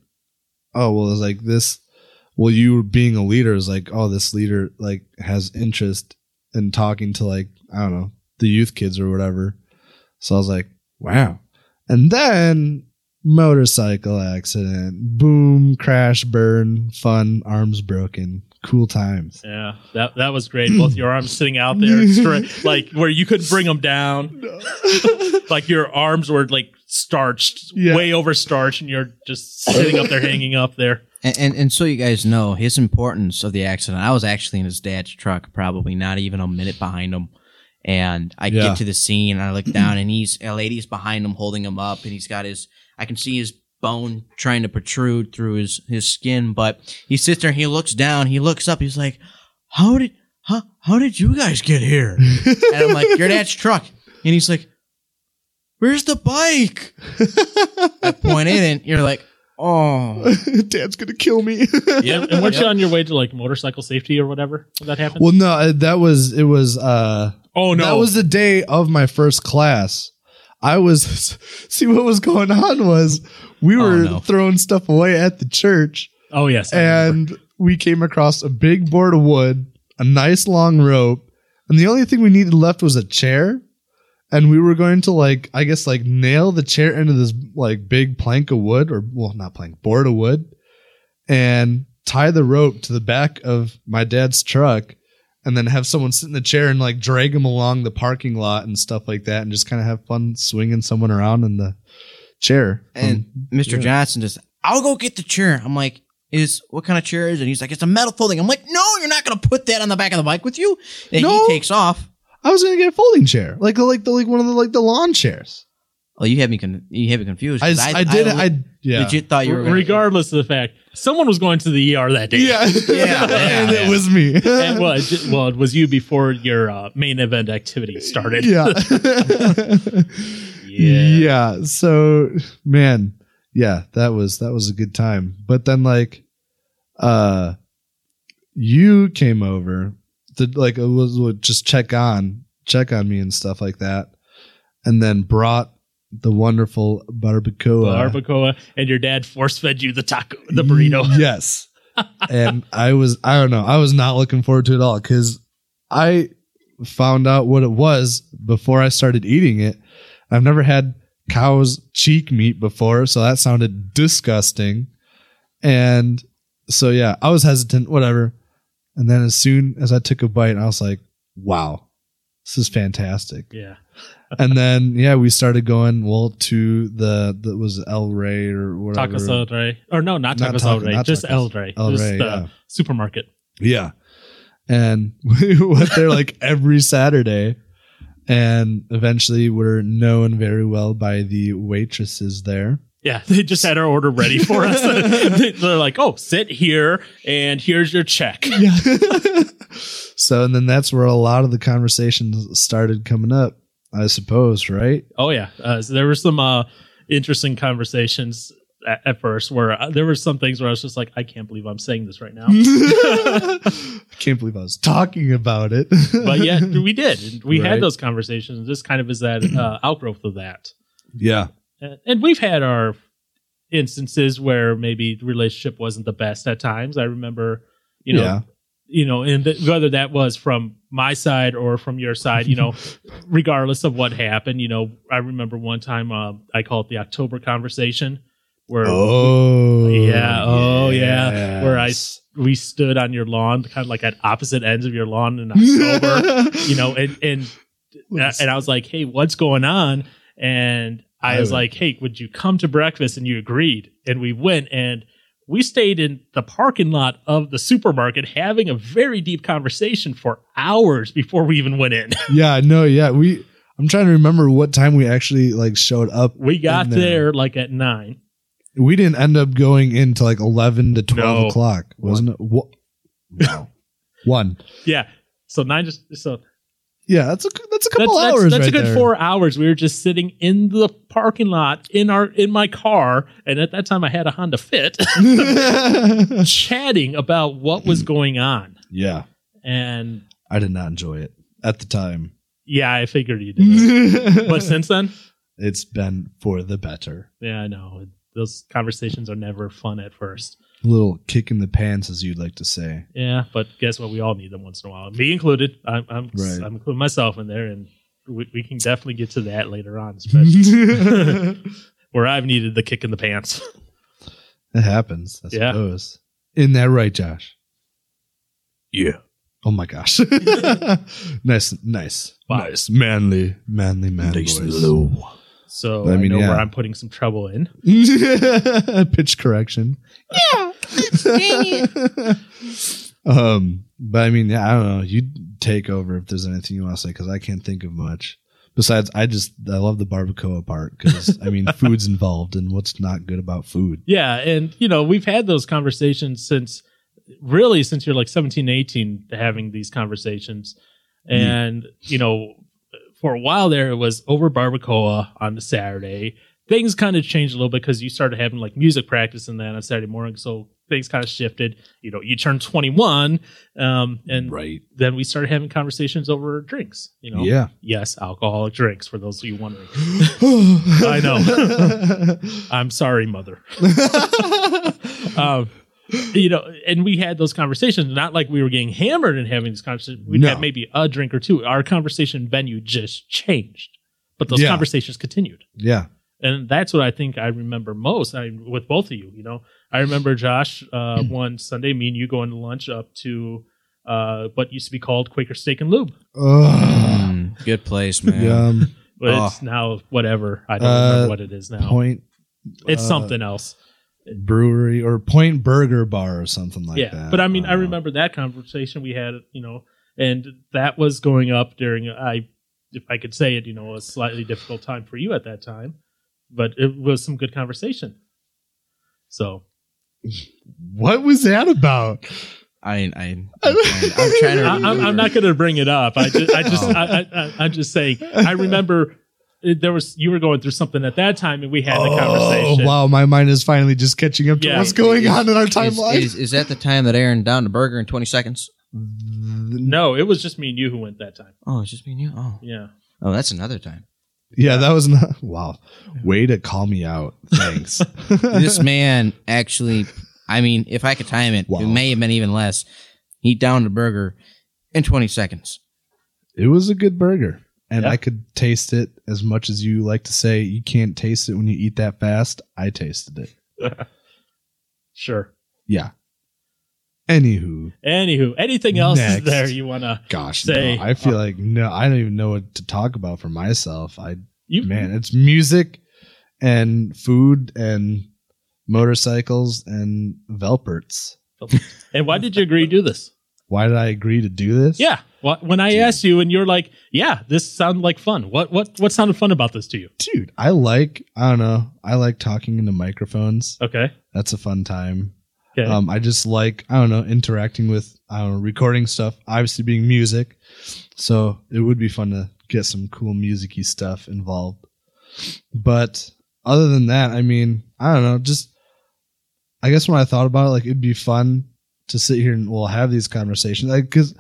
Speaker 2: oh well, it's like this. Well, you being a leader is like, oh, this leader like has interest in talking to like I don't know the youth kids or whatever. So I was like, wow. And then motorcycle accident, boom, crash, burn, fun, arms broken, cool times.
Speaker 1: Yeah. That that was great. Both your arms sitting out there, straight, like where you couldn't bring them down. Like your arms were like starched,
Speaker 2: Yeah.
Speaker 1: way over starched, and you're just sitting up there, hanging up there.
Speaker 3: And, and and so you guys know his importance of the accident. I was actually in his dad's truck, probably not even a minute behind him. And I
Speaker 2: Yeah.
Speaker 3: get to the scene, and I look down, and he's a lady's behind him, holding him up, and he's got his. I can see his bone trying to protrude through his his skin, but he sits there, he looks down, he looks up, he's like, "How did how how did you guys get here?" and I'm like, "Your dad's truck," and he's like, "Where's the bike?" I point it, and you're like, "Oh."
Speaker 2: Dad's gonna kill me.
Speaker 1: And, and weren't you on your way to like motorcycle safety or whatever when that happened?
Speaker 2: Well, no, uh, that was it was uh
Speaker 1: oh no,
Speaker 2: That was the day of my first class. I was see what was going on was we
Speaker 3: Oh,
Speaker 2: were
Speaker 3: no.
Speaker 2: throwing stuff away at the church
Speaker 1: oh yes, I remember.
Speaker 2: and we came across a big board of wood, a nice long rope, and the only thing we needed left was a chair. and we were going to like I guess like nail the chair into this like big plank of wood or well not plank board of wood and tie the rope to the back of my dad's truck and then have someone sit in the chair and like drag him along the parking lot and stuff like that and just kind of have fun swinging someone around in the chair
Speaker 3: And Mr.
Speaker 2: yeah.
Speaker 3: Johnson just, I'll go get the chair. I'm like, is what kind of chair is it? He's like, it's a metal folding. I'm like, no, you're not gonna put that on the back of the bike with you. And
Speaker 2: No.
Speaker 3: he takes off.
Speaker 2: I was gonna get a folding chair like the like the like one of the like the lawn chairs
Speaker 3: Oh, you had me con- you had me confused.
Speaker 2: I
Speaker 3: 'cause
Speaker 2: I, did I, yeah
Speaker 3: legit thought you were gonna-
Speaker 1: Regardless of the fact, someone was going to the ER that day.
Speaker 2: yeah
Speaker 3: Yeah, yeah,
Speaker 2: and
Speaker 3: yeah.
Speaker 2: it was me
Speaker 1: It was, well, it was you before your uh, main event activity started.
Speaker 2: Yeah. yeah. So man, yeah, that was that was a good time. But then like uh you came over to like it was would just check on check on me and stuff like that. And then brought the wonderful barbacoa.
Speaker 1: Barbacoa, and your dad force fed you the taco, the burrito.
Speaker 2: Yes. and I was I don't know, I was not looking forward to it at all cuz I found out what it was before I started eating it. I've never had cow's cheek meat before, so that sounded disgusting. And so yeah, I was hesitant, whatever. And then as soon as I took a bite, I was like, "Wow. This is fantastic."
Speaker 1: Yeah.
Speaker 2: and then yeah, we started going well to the that was El Rey or whatever.
Speaker 1: Taco Del Rey. Or no, not
Speaker 2: Not
Speaker 1: Taco
Speaker 2: taco-
Speaker 1: Del Rey,
Speaker 2: not
Speaker 1: just
Speaker 2: tacos.
Speaker 1: El Rey.
Speaker 2: El
Speaker 1: just
Speaker 2: Rey,
Speaker 1: the
Speaker 2: yeah.
Speaker 1: supermarket.
Speaker 2: Yeah. And we went there like every Saturday. And eventually we're known very well by the waitresses there.
Speaker 1: Yeah, they just had our order ready for us. They- They're like, "Oh, sit here, and here's your check."
Speaker 2: Yeah. so, and then that's where a lot of the conversations started coming up, I suppose, right?
Speaker 1: Oh yeah, uh, so there were some uh, interesting conversations at, at first where uh, there were some things where I was just like, "I can't believe I'm saying this right now,"
Speaker 2: I can't believe I was talking about it.
Speaker 1: but yet we did. We
Speaker 2: Right.
Speaker 1: had those conversations. This kind of is that uh, outgrowth of that.
Speaker 2: yeah.
Speaker 1: Uh, and we've had our instances where maybe the relationship wasn't the best at times. I remember, you know,
Speaker 2: Yeah.
Speaker 1: you know, and th- whether that was from my side or from your side, you know, regardless of what happened, you know, I remember one time uh, I called it the October conversation where
Speaker 2: Oh.
Speaker 1: yeah, oh yeah, where I
Speaker 2: yes.
Speaker 1: s- we stood on your lawn, kind of like at opposite ends of your lawn in October, you know, and and uh, and I was like, "Hey, what's going on?" And I
Speaker 2: I
Speaker 1: was
Speaker 2: would-
Speaker 1: like, "Hey, would you come to breakfast?" And you agreed, and we went and we stayed in the parking lot of the supermarket having a very deep conversation for hours before we even went in.
Speaker 2: yeah, no, yeah. We I'm trying to remember what time we actually like showed up.
Speaker 1: We got
Speaker 2: In there.
Speaker 1: there. like at nine.
Speaker 2: We didn't end up going into like eleven to twelve
Speaker 1: No.
Speaker 2: o'clock, wasn't it? Wha- no. One.
Speaker 1: Yeah, so nine just so
Speaker 2: Yeah, that's a that's a
Speaker 1: that's
Speaker 2: couple
Speaker 1: that's,
Speaker 2: hours.
Speaker 1: that's a
Speaker 2: right
Speaker 1: good
Speaker 2: there.
Speaker 1: four hours. We were just sitting in the parking lot in our in my car, and at that time I had a Honda Fit, chatting about what was going on
Speaker 2: yeah,
Speaker 1: and.
Speaker 2: I did not enjoy it at the time,
Speaker 1: Yeah, I figured you did. but
Speaker 2: but
Speaker 1: since then,
Speaker 2: it's been for the better.
Speaker 1: yeah, I know. Those conversations are never fun at first.
Speaker 2: A little kick in the pants, as you'd like to say.
Speaker 1: Yeah, but guess what? We all need them once in a while, me included. I'm, I'm,
Speaker 2: Right.
Speaker 1: I'm including myself in there, and we, we can definitely get to that later on, especially
Speaker 2: it
Speaker 1: where I've needed the kick in the pants.
Speaker 2: happens, I
Speaker 1: Yeah.
Speaker 2: suppose. Isn't that right, Josh? Yeah. Oh my gosh. nice, nice,
Speaker 1: Wow.
Speaker 2: nice, manly, manly, manly. voice.
Speaker 1: So
Speaker 2: I
Speaker 1: I,
Speaker 2: mean,
Speaker 1: know where
Speaker 2: yeah.
Speaker 1: I'm putting some trouble in.
Speaker 2: pitch correction. Yeah. um, but I mean, yeah, I don't know. You take over if there's anything you want to say because I can't think of much. Besides, I just I love the barbacoa part because I mean, food's involved, and what's not good about food?
Speaker 1: Yeah, and you know, we've had those conversations since really since you're like 17, 18 having these conversations. And you know, for a while there it was over barbacoa on the Saturday. Things kind of changed a little bit because you started having like music practice and that on Saturday morning, so things kind of shifted. You know, you turned 21, um, and
Speaker 2: right?
Speaker 1: then we started having conversations over drinks. You know,
Speaker 2: Yeah,
Speaker 1: yes, alcoholic drinks. For those of you wondering,
Speaker 2: I
Speaker 1: know. I'm sorry, mother. um, you know, and we had those conversations. Not like we were getting hammered and having these conversations. We
Speaker 2: No.
Speaker 1: had maybe a drink or two. Our conversation venue just changed but those
Speaker 2: Yeah.
Speaker 1: conversations continued.
Speaker 2: Yeah.
Speaker 1: and that's what I think I remember most. I with both of you, you know, I remember Josh uh,
Speaker 2: Hmm.
Speaker 1: one Sunday, me and you going to lunch up to uh, what used to be called Quaker Steak and Lube,
Speaker 2: Ugh.
Speaker 3: Mm, good place, man.
Speaker 2: Yum.
Speaker 1: but it's now whatever. I don't remember
Speaker 2: Ah. Uh,
Speaker 1: what it is now.
Speaker 2: Point
Speaker 1: it's
Speaker 2: uh,
Speaker 1: something else.
Speaker 2: brewery or Point Burger Bar or something like
Speaker 1: yeah,
Speaker 2: that. uh,
Speaker 1: but I mean, I
Speaker 2: don't know.
Speaker 1: remember that conversation we had, you know, and that was going up during I, if I could say it, you know, a slightly difficult time for you at that time, but it was some good conversation. So
Speaker 2: What was that about?
Speaker 3: I, I, I'm, trying, I'm trying to.
Speaker 1: I, I'm, I'm not going to bring it up. I just, I just,
Speaker 3: Oh.
Speaker 1: I, I, I, I'm just saying. I remember uh, there was you were going through something at that time, and we had the conversation.
Speaker 2: Oh, wow, my mind is finally just catching up to
Speaker 1: Yeah.
Speaker 2: what's going on in our timeline.
Speaker 3: Is, is, is that the time that Aaron downed a burger in 20 seconds?
Speaker 1: No, it was just me and you who went that time.
Speaker 3: Oh, it's just me and you. Oh,
Speaker 1: Yeah,
Speaker 3: oh, that's another time.
Speaker 2: yeah, that was not wow. Way to call me out. Thanks.
Speaker 3: this man actually, I mean, if I could time it,
Speaker 2: Wow.
Speaker 3: it may have been even less. He downed a burger in 20 seconds.
Speaker 2: it was a good burger. And
Speaker 1: Yeah.
Speaker 2: I could taste it as much as you like to say you can't taste it when you eat that fast. I tasted it.
Speaker 1: sure.
Speaker 2: Yeah. Anywho,
Speaker 1: Anywho, anything else is
Speaker 2: Next.
Speaker 1: there you wanna?
Speaker 2: gosh,
Speaker 1: Say,
Speaker 2: no, I feel like no, I don't even know what to talk about for myself. I
Speaker 1: You
Speaker 2: man, it's music and food and motorcycles and Velperts.
Speaker 1: And why did you agree to do this?
Speaker 2: Why did I agree to do this?
Speaker 1: Yeah. Well, when I
Speaker 2: Dude.
Speaker 1: asked you, and you're like, "Yeah, this sounded like fun." What what what sounded fun about this to you?
Speaker 2: Dude, I like, I don't know, I like talking into microphones.
Speaker 1: Okay.
Speaker 2: That's a fun time.
Speaker 1: Okay.
Speaker 2: Um, I just like, I don't know, interacting with, I don't know, recording stuff, obviously being music. So it would be fun to get some cool music y stuff involved. But other than that, I mean, I don't know, just, I guess when I thought about it, like, it'd be fun to sit here and we'll have these conversations. Like, cause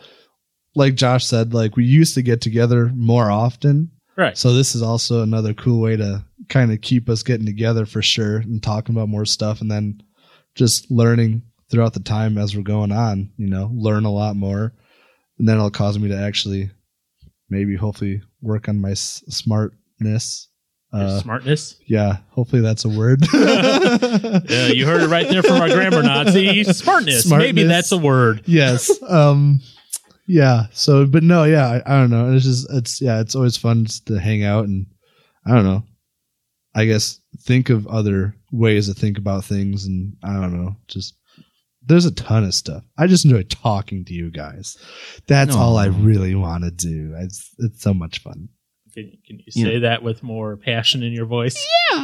Speaker 2: like Josh said, like, we used to get together more often.
Speaker 1: right.
Speaker 2: So this is also another cool way to kind of keep us getting together for sure and talking about more stuff and then just learning throughout the time as we're going on, you know, learn a lot more. And then it'll cause me to actually maybe hopefully work on my s- smartness.
Speaker 1: Your
Speaker 2: Uh,
Speaker 1: smartness.
Speaker 2: yeah, hopefully that's a word.
Speaker 1: Yeah, you heard it right there from our grammar Nazi. Smartness. Maybe
Speaker 2: Smartness.
Speaker 1: that's a word.
Speaker 2: yes. Um yeah. So but no, yeah, I, I don't know. It's just it's yeah, it's always fun just to hang out and I don't know. I guess think of other ways to think about things and I don't know, just there's a ton of stuff. I just enjoy talking to you guys. That's
Speaker 3: No.
Speaker 2: all I really want to do. It's it's so much fun.
Speaker 1: Can, can you
Speaker 3: Yeah.
Speaker 1: say that with more passion in your voice?
Speaker 3: You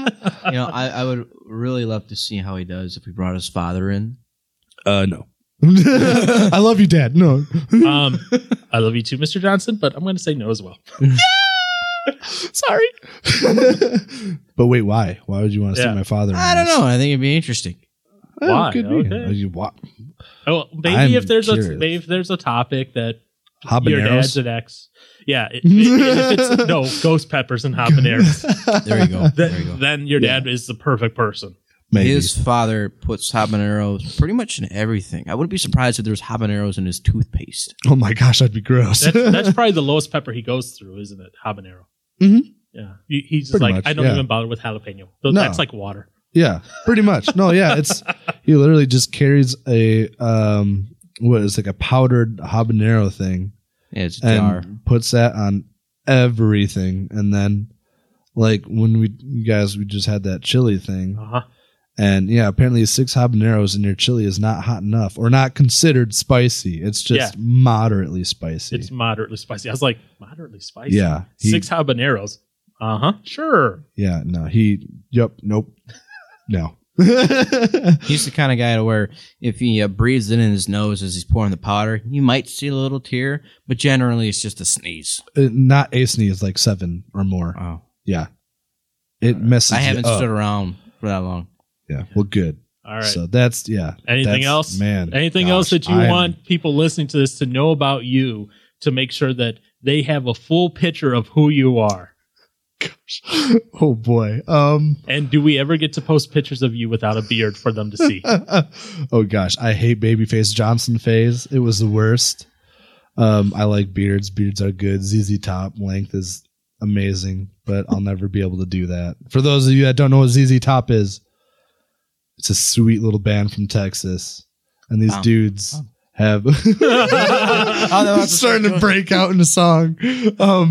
Speaker 3: know, I, I would really love to see how he does if we brought his father in.
Speaker 2: Uh no. I love you, Dad. No.
Speaker 1: Um, I love you too, Mr. Johnson, but I'm going to say no as well.
Speaker 2: Sorry. but wait, why? Why would you want to
Speaker 1: Yeah.
Speaker 2: see my father? in
Speaker 3: I don't
Speaker 2: this?
Speaker 3: know. I think it'd be interesting.
Speaker 2: Oh,
Speaker 1: Why?
Speaker 2: Could be.
Speaker 1: Okay.
Speaker 2: Oh, you wa-
Speaker 1: Oh, maybe
Speaker 2: I'm
Speaker 1: if there's a
Speaker 2: curious.
Speaker 1: maybe if there's a topic that your dad's
Speaker 2: habaneros.
Speaker 1: an ex. Yeah, it- it- if it's- no ghost peppers and habaneros.
Speaker 3: There you go.
Speaker 1: Then,
Speaker 3: There you go.
Speaker 1: then your dad is the perfect person.
Speaker 2: Maybe.
Speaker 3: His father puts habaneros pretty much in everything. I wouldn't be surprised if there's habaneros in his toothpaste.
Speaker 2: oh my gosh, that'd be gross.
Speaker 1: That's, that's probably the lowest pepper he goes through, isn't it? Habanero.
Speaker 2: Mhm.
Speaker 1: Yeah, He- he's just
Speaker 2: Pretty
Speaker 1: like
Speaker 2: much,
Speaker 1: I don't
Speaker 2: yeah.
Speaker 1: even bother with jalapeno. Th-
Speaker 2: No.
Speaker 1: That's like water.
Speaker 2: yeah, pretty much. No, yeah, it's he literally just carries a um what is it, like a powdered habanero thing
Speaker 3: Yeah, it's a
Speaker 2: and
Speaker 3: jar.
Speaker 2: puts that on everything, and then like when we you guys we just had that chili thing,
Speaker 1: Uh-huh.
Speaker 2: and yeah, apparently six habaneros in your chili is not hot enough or not considered spicy. It's just moderately spicy.
Speaker 1: It's moderately spicy. I was like moderately spicy.
Speaker 2: yeah, he-
Speaker 1: six habaneros. Uh huh. Sure.
Speaker 2: Yeah, no, he. Yep, nope, no.
Speaker 3: He's the kind of guy to where if he uh, breathes it in his nose as he's pouring the powder, you might see a little tear, but generally it's just a sneeze.
Speaker 2: Uh, Not a sneeze, like seven or more.
Speaker 3: Oh,
Speaker 2: Yeah, it messes.
Speaker 3: I haven't
Speaker 2: you up.
Speaker 3: stood around for that long.
Speaker 2: Yeah, well, good.
Speaker 1: All right.
Speaker 2: So that's yeah.
Speaker 1: Anything
Speaker 2: that's-
Speaker 1: else?
Speaker 2: man?
Speaker 1: Anything
Speaker 2: gosh,
Speaker 1: else that you
Speaker 2: I am-
Speaker 1: want people listening to this to know about you to make sure that they have a full picture of who you are?
Speaker 2: oh boy. Um.
Speaker 1: And do we ever get to post pictures of you without a beard for them to see?
Speaker 2: oh gosh, I hate babyface Johnson phase. It was the worst. Um, I like beards. Beards are good. ZZ Top length is amazing, but I'll never be able to do that. For those of you that don't know what ZZ Top is, it's a sweet little band from Texas, and these
Speaker 3: Wow.
Speaker 2: dudes
Speaker 3: Wow.
Speaker 2: have
Speaker 3: Oh, no, that's a
Speaker 2: starting to
Speaker 3: song.
Speaker 2: break out into song. Um,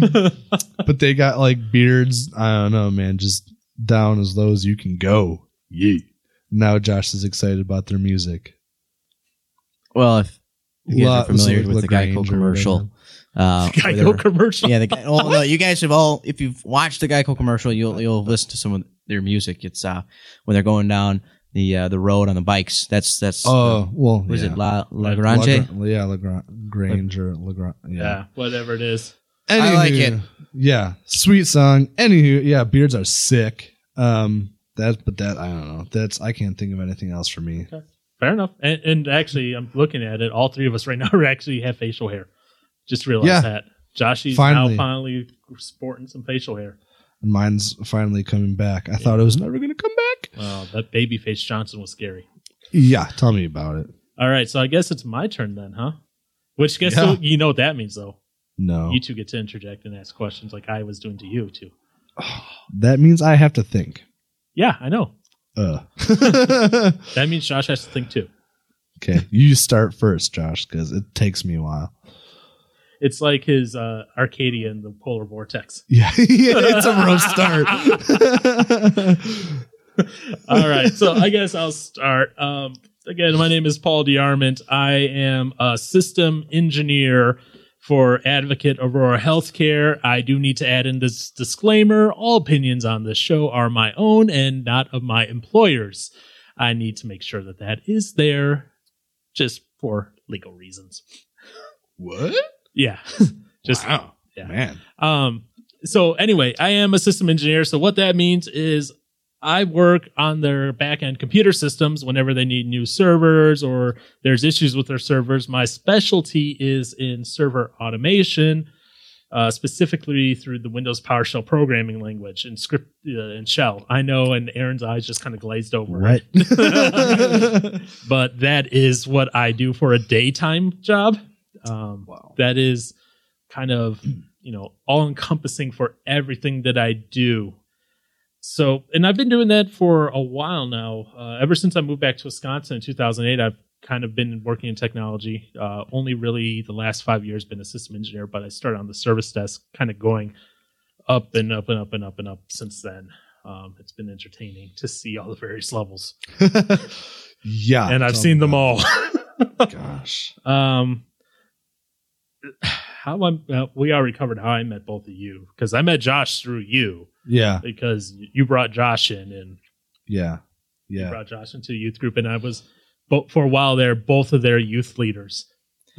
Speaker 2: but they got like beards. I don't know, man. Just down as low as you can go. Yeah. Now Josh is excited about their music.
Speaker 3: Well, if you guys
Speaker 2: Lot-
Speaker 3: are familiar
Speaker 2: so
Speaker 3: with the
Speaker 2: LaGrange or
Speaker 3: Geico commercial,
Speaker 2: whatever.
Speaker 3: uh, where they were-
Speaker 1: Geico commercial.
Speaker 3: yeah, the, Ge- well, no, you guys have all. If you've watched the Geico commercial, you'll you'll listen to some of their music. It's uh, when they're going down the uh, the road on the bikes. That's that's.
Speaker 2: Oh well,
Speaker 3: was
Speaker 2: yeah.
Speaker 3: it La La
Speaker 2: Lagrange?
Speaker 3: Grande?
Speaker 2: yeah, Lagrange or Lagrange.
Speaker 1: Yeah.
Speaker 2: Yeah.
Speaker 1: whatever it is.
Speaker 3: I like it.
Speaker 2: Yeah, sweet song. Anywho, yeah, beards are sick. Um, that but that I don't know. That's I can't think of anything else for me.
Speaker 1: Fair enough. And, and actually, I'm looking at it. All three of us right now are actually have facial hair. Just realized
Speaker 2: Yeah.
Speaker 1: that. Joshy's
Speaker 2: Finally.
Speaker 1: now finally sporting some facial hair.
Speaker 2: Mine's finally coming back. I thought it was never gonna come back.
Speaker 1: Wow, that babyface Johnson was scary.
Speaker 2: Yeah, tell me about it.
Speaker 1: All right, so I guess it's my turn then, huh? Which guess
Speaker 2: Yeah. Oh.
Speaker 1: who- you know what that means though.
Speaker 2: No,
Speaker 1: You two get to interject and ask questions like I was doing to you too.
Speaker 2: that means I have to think.
Speaker 1: Yeah, I know.
Speaker 2: Uh.
Speaker 1: That means Josh has to think too.
Speaker 2: okay, you start first, Josh, because it takes me a while.
Speaker 1: It's like his uh, Arcadia in the polar vortex.
Speaker 2: Yeah, it's a rough start.
Speaker 1: All right, so I guess I'll start. Um, again, my name is Paul DeArmond. I am a system engineer for Advocate Aurora Healthcare. I do need to add in this disclaimer all opinions on this show are my own and not of my employers. I need to make sure that that is there just for legal reasons.
Speaker 2: what?
Speaker 1: Yeah. just
Speaker 2: wow,
Speaker 1: yeah.
Speaker 2: man.
Speaker 1: Um, so anyway, I am a system engineer. So what that means is I work on their back end computer systems whenever they need new servers or there's issues with their servers. My specialty is in server automation, uh, specifically through the Windows PowerShell programming language and script uh, and shell. I know, and Aaron's eyes just kind of glazed over.
Speaker 2: Right.
Speaker 1: But that is what I do for a daytime job. Um,
Speaker 2: wow.
Speaker 1: that is kind of you know all encompassing for everything that i do so and i've been doing that for a while now uh, ever since i moved back to wisconsin in 2008 i've kind of been working in technology uh, only really the last five years been a system engineer but i started on the service desk kind of going up and up and up and up and up since then um, it's been entertaining to see all the various levels
Speaker 2: yeah.
Speaker 1: and i've
Speaker 2: Ah, tell
Speaker 1: seen
Speaker 2: me
Speaker 1: them
Speaker 2: about
Speaker 1: all
Speaker 2: it. Gosh.
Speaker 1: Um, how I uh, we already covered how I met both of you because I met Josh through you
Speaker 2: Yeah.
Speaker 1: because you brought Josh in and
Speaker 2: Yeah.
Speaker 1: you
Speaker 2: Yeah.
Speaker 1: brought Josh into the youth group and I was both for a while there both of their youth leaders.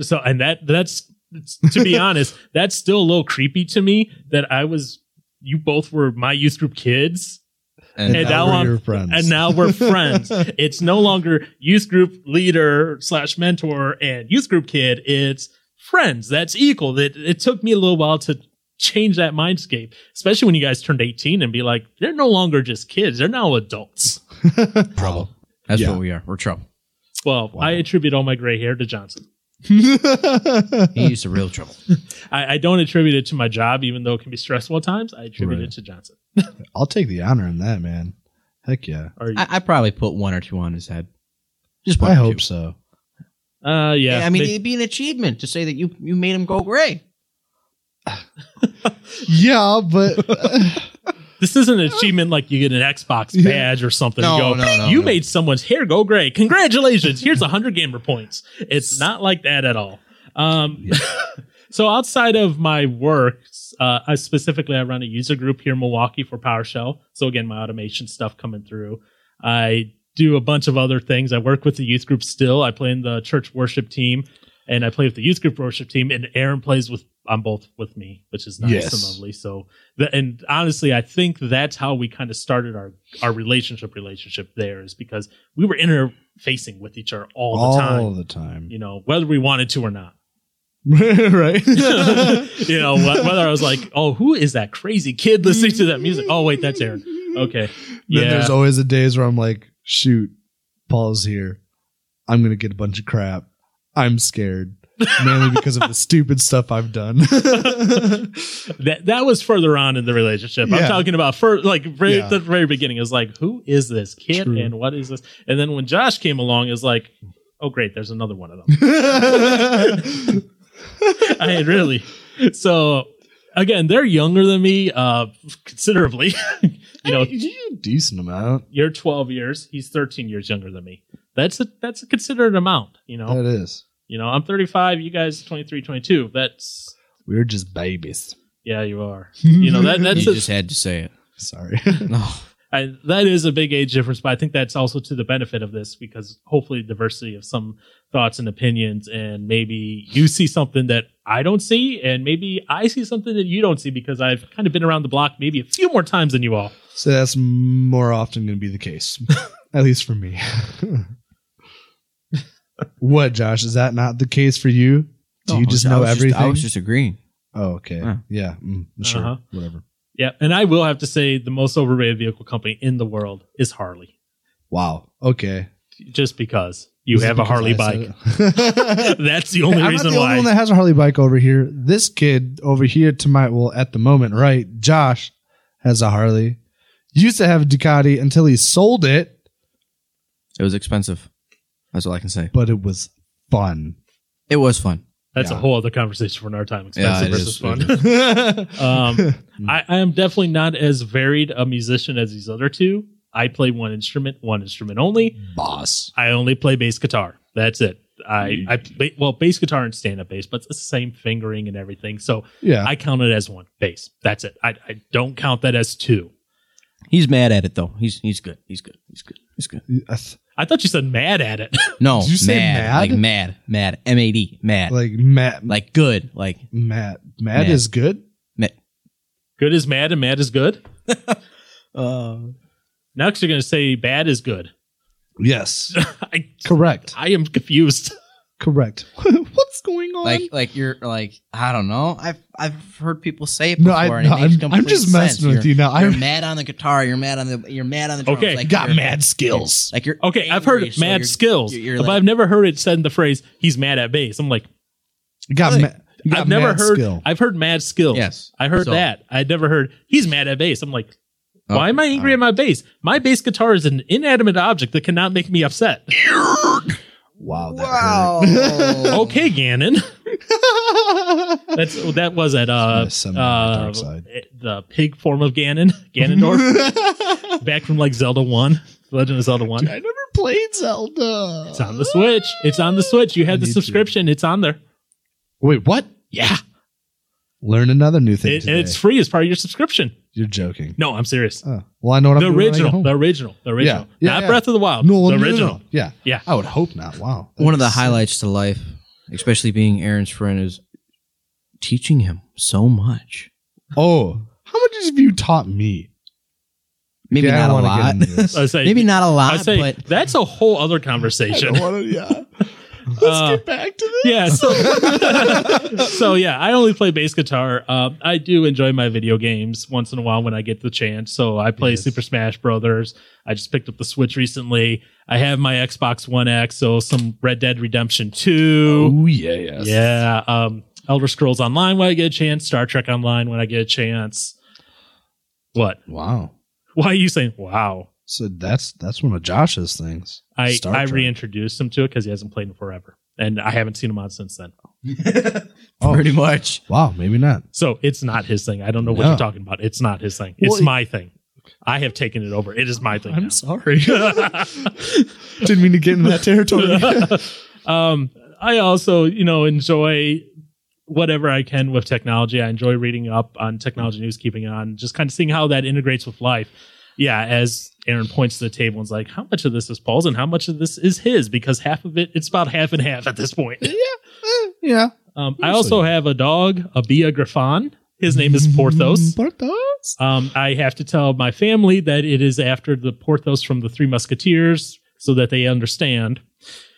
Speaker 1: So and that that's it's- to be honest that's still a little creepy to me that I was you both were my youth group kids
Speaker 3: and,
Speaker 1: and now
Speaker 2: we're
Speaker 1: I'm-
Speaker 2: your friends.
Speaker 1: and now we're friends. It's no longer youth group leader slash mentor and youth group kid. It's friends. That's equal. It, it took me a little while to change that mindscape, especially when you guys turned 18 and be like, they're no longer just kids. They're now adults.
Speaker 3: trouble. That's
Speaker 2: Yeah.
Speaker 3: what we are. We're trouble.
Speaker 1: Well,
Speaker 2: Wow.
Speaker 1: I attribute all my gray hair to Johnson.
Speaker 3: He's the real trouble.
Speaker 1: I, I don't attribute it to my job, even though it can be stressful at times. I attribute
Speaker 2: Right.
Speaker 1: it to Johnson.
Speaker 2: I'll take the honor in that, man. Heck yeah.
Speaker 1: Or,
Speaker 3: I, I probably put one or two on his head. Just one
Speaker 2: I
Speaker 3: or
Speaker 2: hope
Speaker 3: two.
Speaker 2: so.
Speaker 1: uh, yeah.
Speaker 3: Yeah, I mean,
Speaker 1: they-
Speaker 3: it'd be an achievement to say that you you made him go gray.
Speaker 2: Yeah, but
Speaker 1: this isn't an achievement like you get an Xbox
Speaker 2: Yeah.
Speaker 1: badge or something.
Speaker 3: No,
Speaker 1: and go,
Speaker 3: no, no,
Speaker 1: you
Speaker 3: no.
Speaker 1: made someone's hair go gray. Congratulations. Here's 100 gamer points. It's not like that at all. Um, so outside of my work, uh, I specifically I run a user group here in Milwaukee for PowerShell. So again, my automation stuff coming through. I do a bunch of other things. I work with the youth group still. I play in the church worship team, and I play with the youth group worship team. And Aaron plays with on both with me, which is nice
Speaker 2: Yes.
Speaker 1: and lovely. So the, and honestly, I think that's how we kind of started our our relationship relationship there is because we were interfacing with each other all the
Speaker 2: All
Speaker 1: time.
Speaker 2: the time.
Speaker 1: You know, whether we wanted to or not
Speaker 2: right.
Speaker 1: you know, wh- whether I was like, oh, who is that crazy kid listening to that music? Oh, wait, that's Aaron. Okay.
Speaker 2: Then
Speaker 1: Yeah.
Speaker 2: there's always the days where I'm like, shoot, Paul's here. I'm gonna get a bunch of crap. I'm scared. mainly because of the stupid stuff I've done.
Speaker 1: that that was further on in the relationship. I'm
Speaker 2: Yeah.
Speaker 1: talking about first, like very,
Speaker 2: Yeah.
Speaker 1: the very beginning. It was like, who is this kid
Speaker 2: True.
Speaker 1: and what is this? And then when Josh came along, it was like, oh great, there's another one of them. I mean, really. So again, they're younger than me, uh, considerably. you know,
Speaker 2: you decent amount.
Speaker 1: you're 12 years. He's 13 years younger than me. That's a that's a considered amount. You know,
Speaker 2: That is.
Speaker 1: you know, I'm 35. You guys 23, 22. That's
Speaker 2: We're just babies.
Speaker 1: yeah, you are. You know that that's
Speaker 3: you
Speaker 1: a,
Speaker 3: just had to say it.
Speaker 2: Sorry.
Speaker 3: No.
Speaker 1: I, that is a big age difference, but I think that's also to the benefit of this because hopefully diversity of some thoughts and opinions, and maybe you see something that I don't see, and maybe I see something that you don't see because I've kind of been around the block maybe a few more times than you all.
Speaker 2: so that's more often going to be the case, at least for me. what, Josh? Is that not the case for you? Do you
Speaker 3: No,
Speaker 2: just
Speaker 3: I
Speaker 2: know
Speaker 3: was
Speaker 2: everything?
Speaker 3: I was just agreeing.
Speaker 2: oh, okay.
Speaker 3: Yeah.
Speaker 2: Yeah. Mm, sure.
Speaker 1: Uh-huh.
Speaker 2: Whatever.
Speaker 1: Yeah, and I will have to say the most overrated vehicle company in the world is Harley,
Speaker 2: Wow. Okay.
Speaker 1: just because you
Speaker 2: Is it
Speaker 1: have a
Speaker 2: because
Speaker 1: Harley
Speaker 2: I
Speaker 1: bike.
Speaker 2: said it?
Speaker 1: that's the only
Speaker 2: I'm
Speaker 1: reason
Speaker 2: not the
Speaker 1: why.
Speaker 2: only one that has a Harley bike over here. This kid over here to my well at the moment, right? Josh has a Harley. Used to have a Ducati until he sold it,
Speaker 3: It was expensive. That's all I can say.
Speaker 2: but it was fun.
Speaker 3: It was fun.
Speaker 1: that's a
Speaker 2: Yeah.
Speaker 1: whole other conversation for another time.
Speaker 3: Yeah,
Speaker 1: Expensive
Speaker 3: it
Speaker 1: versus
Speaker 3: is.
Speaker 1: fun.
Speaker 2: um,
Speaker 3: Mm.
Speaker 1: I, I am definitely not as varied a musician as these other two. I play one instrument, one instrument only.
Speaker 2: boss.
Speaker 1: I only play bass guitar. That's it. I, I play, well, bass guitar and stand up bass, but it's the same fingering and everything. So
Speaker 2: Yeah.
Speaker 1: I count it as one bass. That's it. I, I don't count that as two.
Speaker 3: He's mad at it though. He's he's good. He's good. He's good. He's good.
Speaker 2: I th-
Speaker 1: I thought you said mad at it.
Speaker 3: No,
Speaker 2: Did you say mad?
Speaker 3: Like mad, mad, M A D, mad. Like,
Speaker 2: like Matt, like
Speaker 3: good, like
Speaker 2: Matt, Matt
Speaker 3: Matt.
Speaker 2: is good.
Speaker 3: mad.
Speaker 1: good is mad and mad is good.
Speaker 3: Uh,
Speaker 1: Next, you're going to say bad is good.
Speaker 2: Yes,
Speaker 1: I,
Speaker 2: correct,
Speaker 1: I am confused.
Speaker 2: correct. What's going on?
Speaker 3: like like you're like I don't know. I've I've heard people say it
Speaker 2: No,
Speaker 3: before.
Speaker 2: I-
Speaker 3: and it
Speaker 2: no,
Speaker 3: makes
Speaker 2: I'm- I'm
Speaker 3: complete
Speaker 2: just messing
Speaker 3: sense.
Speaker 2: with
Speaker 3: You're-
Speaker 2: you now.
Speaker 3: You're
Speaker 2: I'm-
Speaker 3: mad on the guitar. You're mad on the. You're mad on the. Drums.
Speaker 1: Okay, Oh,
Speaker 3: like
Speaker 2: got
Speaker 3: you're-
Speaker 2: mad skills.
Speaker 3: Like you're
Speaker 1: Okay, I've heard
Speaker 3: angry, so
Speaker 1: mad
Speaker 3: you're-
Speaker 1: skills,
Speaker 3: you're- you're
Speaker 1: but
Speaker 3: like-
Speaker 1: I've never heard it said in the phrase "he's mad at bass." I'm like,
Speaker 2: got
Speaker 3: Really?
Speaker 2: ma- you got
Speaker 1: I've never
Speaker 2: mad
Speaker 1: heard.
Speaker 2: skill.
Speaker 1: I've heard mad skills.
Speaker 3: Yes.
Speaker 1: I heard
Speaker 3: So-
Speaker 1: that. I'd never heard he's mad at bass. I'm like,
Speaker 3: Oh,
Speaker 1: why am I angry
Speaker 3: all
Speaker 1: at my bass? My bass guitar is an inanimate object that cannot make me upset.
Speaker 2: wow. That
Speaker 3: Wow.
Speaker 1: okay, Gannon.
Speaker 2: hurt.
Speaker 1: That's that was at uh,
Speaker 2: That's my summon on the
Speaker 1: uh
Speaker 2: dark side.
Speaker 1: the pig form of Ganon, Ganondorf, back from like Zelda One, Legend of Zelda One.
Speaker 2: I never played Zelda.
Speaker 1: It's on the Switch. It's on the Switch. You
Speaker 2: I
Speaker 1: had the
Speaker 2: need to.
Speaker 1: subscription. It's on there.
Speaker 2: Wait, what?
Speaker 1: Yeah,
Speaker 2: Learn another new thing.
Speaker 1: it,
Speaker 2: today.
Speaker 1: it's free as part of your subscription.
Speaker 2: You're joking.
Speaker 1: No, I'm serious.
Speaker 2: Oh. Well, I know what
Speaker 1: the
Speaker 2: I'm doing when I get
Speaker 1: original,
Speaker 2: home.
Speaker 1: the original, the original,
Speaker 2: Yeah,
Speaker 1: not
Speaker 2: yeah.
Speaker 1: Breath of the Wild.
Speaker 2: No,
Speaker 1: the
Speaker 2: no, no,
Speaker 1: original.
Speaker 2: no. Yeah.
Speaker 1: Yeah.
Speaker 2: I would hope not. Wow.
Speaker 3: One of the
Speaker 2: That's-
Speaker 3: highlights to life, especially being Aaron's friend, is teaching him so much.
Speaker 2: Oh, how much have you taught me?
Speaker 3: Maybe
Speaker 2: Yeah, I
Speaker 3: not a
Speaker 2: wanna
Speaker 3: lot.
Speaker 2: get into this.
Speaker 1: I say,
Speaker 3: Maybe not a
Speaker 1: I
Speaker 3: lot,
Speaker 1: say
Speaker 3: but
Speaker 1: that's a whole other
Speaker 2: I
Speaker 1: conversation.
Speaker 2: don't wanna- yeah. Let's
Speaker 1: Uh,
Speaker 2: get back to this.
Speaker 1: Yeah. So, so yeah, I only play bass guitar. Um, I do enjoy my video games once in a while when I get the chance. So I play
Speaker 2: Yes.
Speaker 1: Super Smash Brothers. I just picked up the Switch recently. I have my Xbox One X. So some Red Dead Redemption Two.
Speaker 2: Oh yeah, yes.
Speaker 1: Yeah. Um, Elder Scrolls Online when I get a chance. Star Trek Online when I get a chance. What?
Speaker 2: Wow.
Speaker 1: Why are you saying wow?
Speaker 2: So that's that's one of Josh's things.
Speaker 1: I
Speaker 2: Star
Speaker 1: I
Speaker 2: Trek.
Speaker 1: reintroduced him to it because he hasn't played in forever, and I haven't seen him on since then.
Speaker 2: Oh.
Speaker 3: pretty much.
Speaker 2: Wow, maybe not.
Speaker 1: So it's not his thing. I don't know what
Speaker 2: No.
Speaker 1: you're talking about. It's not his thing.
Speaker 2: Well,
Speaker 1: it's
Speaker 2: it-
Speaker 1: my thing. I have taken it over. It is my thing.
Speaker 2: I'm sorry.
Speaker 1: now.
Speaker 2: Didn't mean to get in that territory.
Speaker 1: um, I also, you know, enjoy whatever I can with technology. I enjoy reading up on technology news, keeping on, just kind of seeing how that integrates with life. Yeah, as Aaron points to the table and's like, how much of this is Paul's and how much of this is his? Because half of it, it's about half and half at this point.
Speaker 2: Eh, yeah.
Speaker 1: Um, I also have a dog, a Bia Griffon. His name is Porthos.
Speaker 2: Mm, Porthos.
Speaker 1: Um, I have to tell my family that it is after the Porthos from the Three Musketeers so that they understand.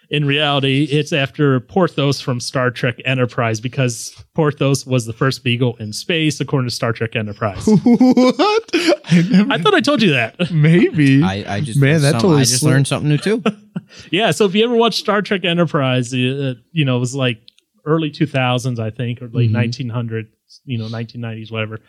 Speaker 1: In reality, it's after Porthos from Star Trek Enterprise because Porthos was the first beagle in space, according to Star Trek Enterprise.
Speaker 2: what? I never.
Speaker 1: I thought I told you that.
Speaker 2: maybe.
Speaker 3: I, I just
Speaker 2: Man, that
Speaker 3: some-
Speaker 2: totally
Speaker 3: I just
Speaker 2: slipped.
Speaker 3: learned something new too.
Speaker 1: yeah, so if uh, you ever watch Star Trek Enterprise, uh, you know, it was like early 2000s, I think, or late
Speaker 3: Mhm.
Speaker 1: 1900s, you know, 1990s, whatever.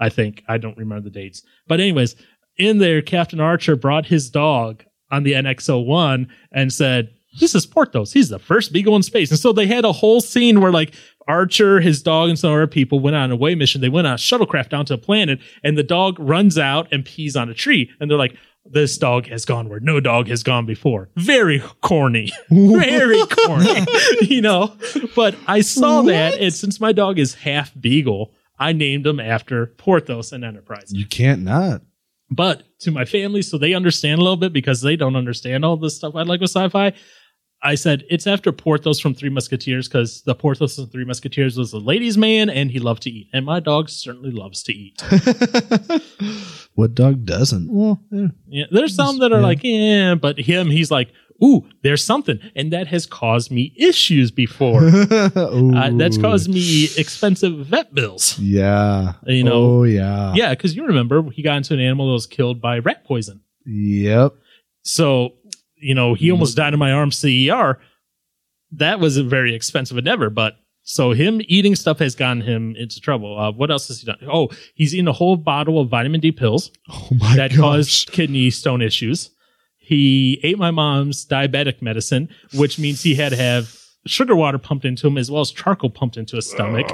Speaker 1: I think I don't remember the dates, but anyways, in there, Captain Archer brought his dog on the NX-01 and said, "This is Porthos. He's the first Beagle in space." And so they had a whole scene where like Archer, his dog, and some other people went on a way mission. They went on a shuttlecraft down to a planet, and the dog runs out and pees on a tree. And they're like, this dog has gone where no dog has gone before. Very corny. Very corny. you know? But I saw that, and since my dog is half Beagle, I named him after Porthos and Enterprise
Speaker 2: You can't not.
Speaker 1: but to my family so they understand a little bit because they don't understand all the stuff I like with sci-fi. I said it's after Porthos from Three Musketeers because the Porthos from Three Musketeers was a ladies' man and he loved to eat, and my dog certainly loves to eat.
Speaker 2: what dog doesn't? Well, yeah.
Speaker 1: Yeah, there's some that are
Speaker 2: Yeah.
Speaker 1: like, yeah, but him, he's like, ooh, there's something, and that has caused me issues before. uh, that's
Speaker 2: Ooh.
Speaker 1: caused me expensive vet bills.
Speaker 2: Yeah.
Speaker 1: You know.
Speaker 2: Oh yeah.
Speaker 1: Yeah, because you remember he got into an animal that was killed by rat poison.
Speaker 2: Yep.
Speaker 1: So, you know,
Speaker 2: Mm-hmm.
Speaker 1: he almost died in my arm CER. E That was a very expensive endeavor, but so him eating stuff has gotten him into trouble. Uh, what else has he done? Oh, he's eaten a whole bottle of vitamin D pills
Speaker 2: Oh my
Speaker 1: that caused kidney stone issues. He ate my mom's diabetic medicine, which means he had to have sugar water pumped into him as well as charcoal pumped into his stomach.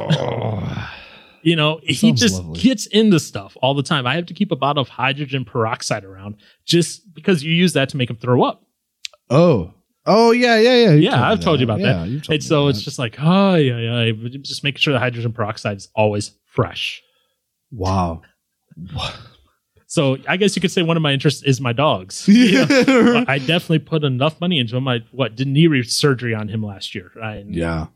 Speaker 1: You know, he
Speaker 2: Oh, sounds
Speaker 1: just
Speaker 2: lovely.
Speaker 1: gets into stuff all the time. I have to keep a bottle of hydrogen peroxide around just because you use that to make him throw up.
Speaker 2: oh. Oh yeah, yeah, yeah.
Speaker 1: Yeah, I've told you about that.
Speaker 2: you've told
Speaker 1: And
Speaker 2: me
Speaker 1: so
Speaker 2: about
Speaker 1: it's
Speaker 2: that.
Speaker 1: just like, oh, yeah, yeah. but Just making sure the hydrogen peroxide is always fresh.
Speaker 2: wow.
Speaker 1: So I guess you could say one of my interests is my dogs. You know,
Speaker 2: Yeah.
Speaker 1: I definitely put enough money into him. I what did knee re- surgery on him last year. I,
Speaker 2: yeah.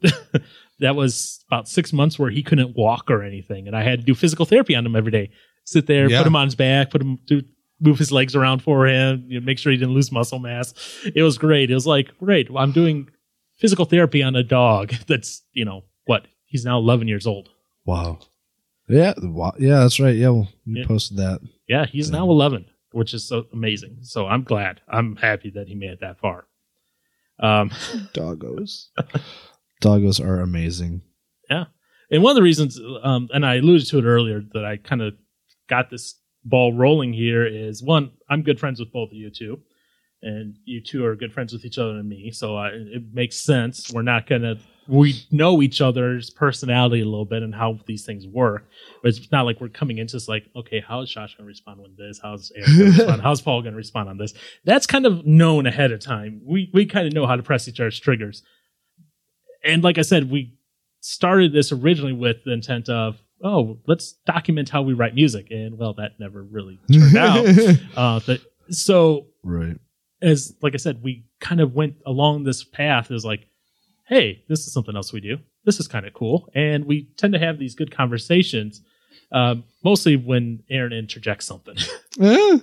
Speaker 1: That was about six months where he couldn't walk or anything, and I had to do physical therapy on him every day. Sit there,
Speaker 2: Yeah.
Speaker 1: put him on his back, put him do move his legs around for him, you know, make sure he didn't lose muscle mass. It was great. It was like great. I'm doing physical therapy on a dog that's you know what he's now 11 years old.
Speaker 2: Wow. Yeah. Wow. Yeah, that's right. Yeah, well, you
Speaker 1: Yeah.
Speaker 2: posted that.
Speaker 1: Yeah, he's now
Speaker 2: Yeah.
Speaker 1: 11, which is so amazing. So I'm glad. I'm happy that he made it that far. Um,
Speaker 2: Doggos. Doggos are amazing.
Speaker 1: and one of the reasons, um, and I alluded to it earlier, that I kind of got this ball rolling here is one, I'm good friends with both of you two, and you two are good friends with each other and me. So I, it makes sense. We're not going to, we know each other's personality a little bit and how these things work. But it's not like we're coming into this like, okay, how is Josh going to respond when this? How's Eric going to respond? How's Paul going to respond on this? That's kind of known ahead of time. We we kind of know how to press each other's triggers. And like I said, we started this originally with the intent of, oh, let's document how we write music. And well, that never really turned out. Uh, but, so
Speaker 2: right.
Speaker 1: as like I said, we kind of went along this path is like, hey, this is something else we do. This is kind of cool, and we tend to have these good conversations, um, mostly when Aaron interjects something.
Speaker 2: Eh.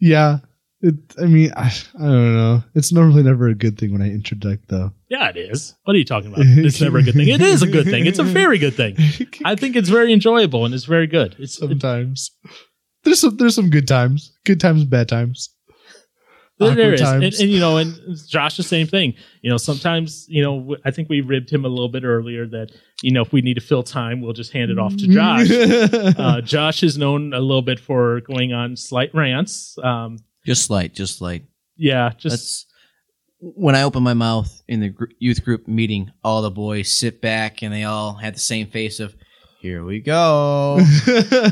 Speaker 2: yeah. It, I mean, I, I don't know. It's normally never a good thing when I interject, though.
Speaker 1: yeah, it is. What are you talking about? It's never a good thing. It is a good thing. It's a very good thing. I think it's very enjoyable and it's very good. It's it-
Speaker 2: Sometimes there's some there's some good times, good times, bad times. Awkward
Speaker 1: there is, and,
Speaker 2: times.
Speaker 1: and you know, and Josh the same thing. You know, sometimes you know, w- I think we ribbed him a little bit earlier that you know if we need to fill time, we'll just hand it off to
Speaker 2: Mm-hmm.
Speaker 1: Josh. uh, Josh is known a little bit for going on slight rants. Um,
Speaker 3: Just like, just like.
Speaker 1: yeah, just
Speaker 3: That's when I open my mouth in the gr- youth group meeting. All the boys sit back and they all had the same face of, "Here we go."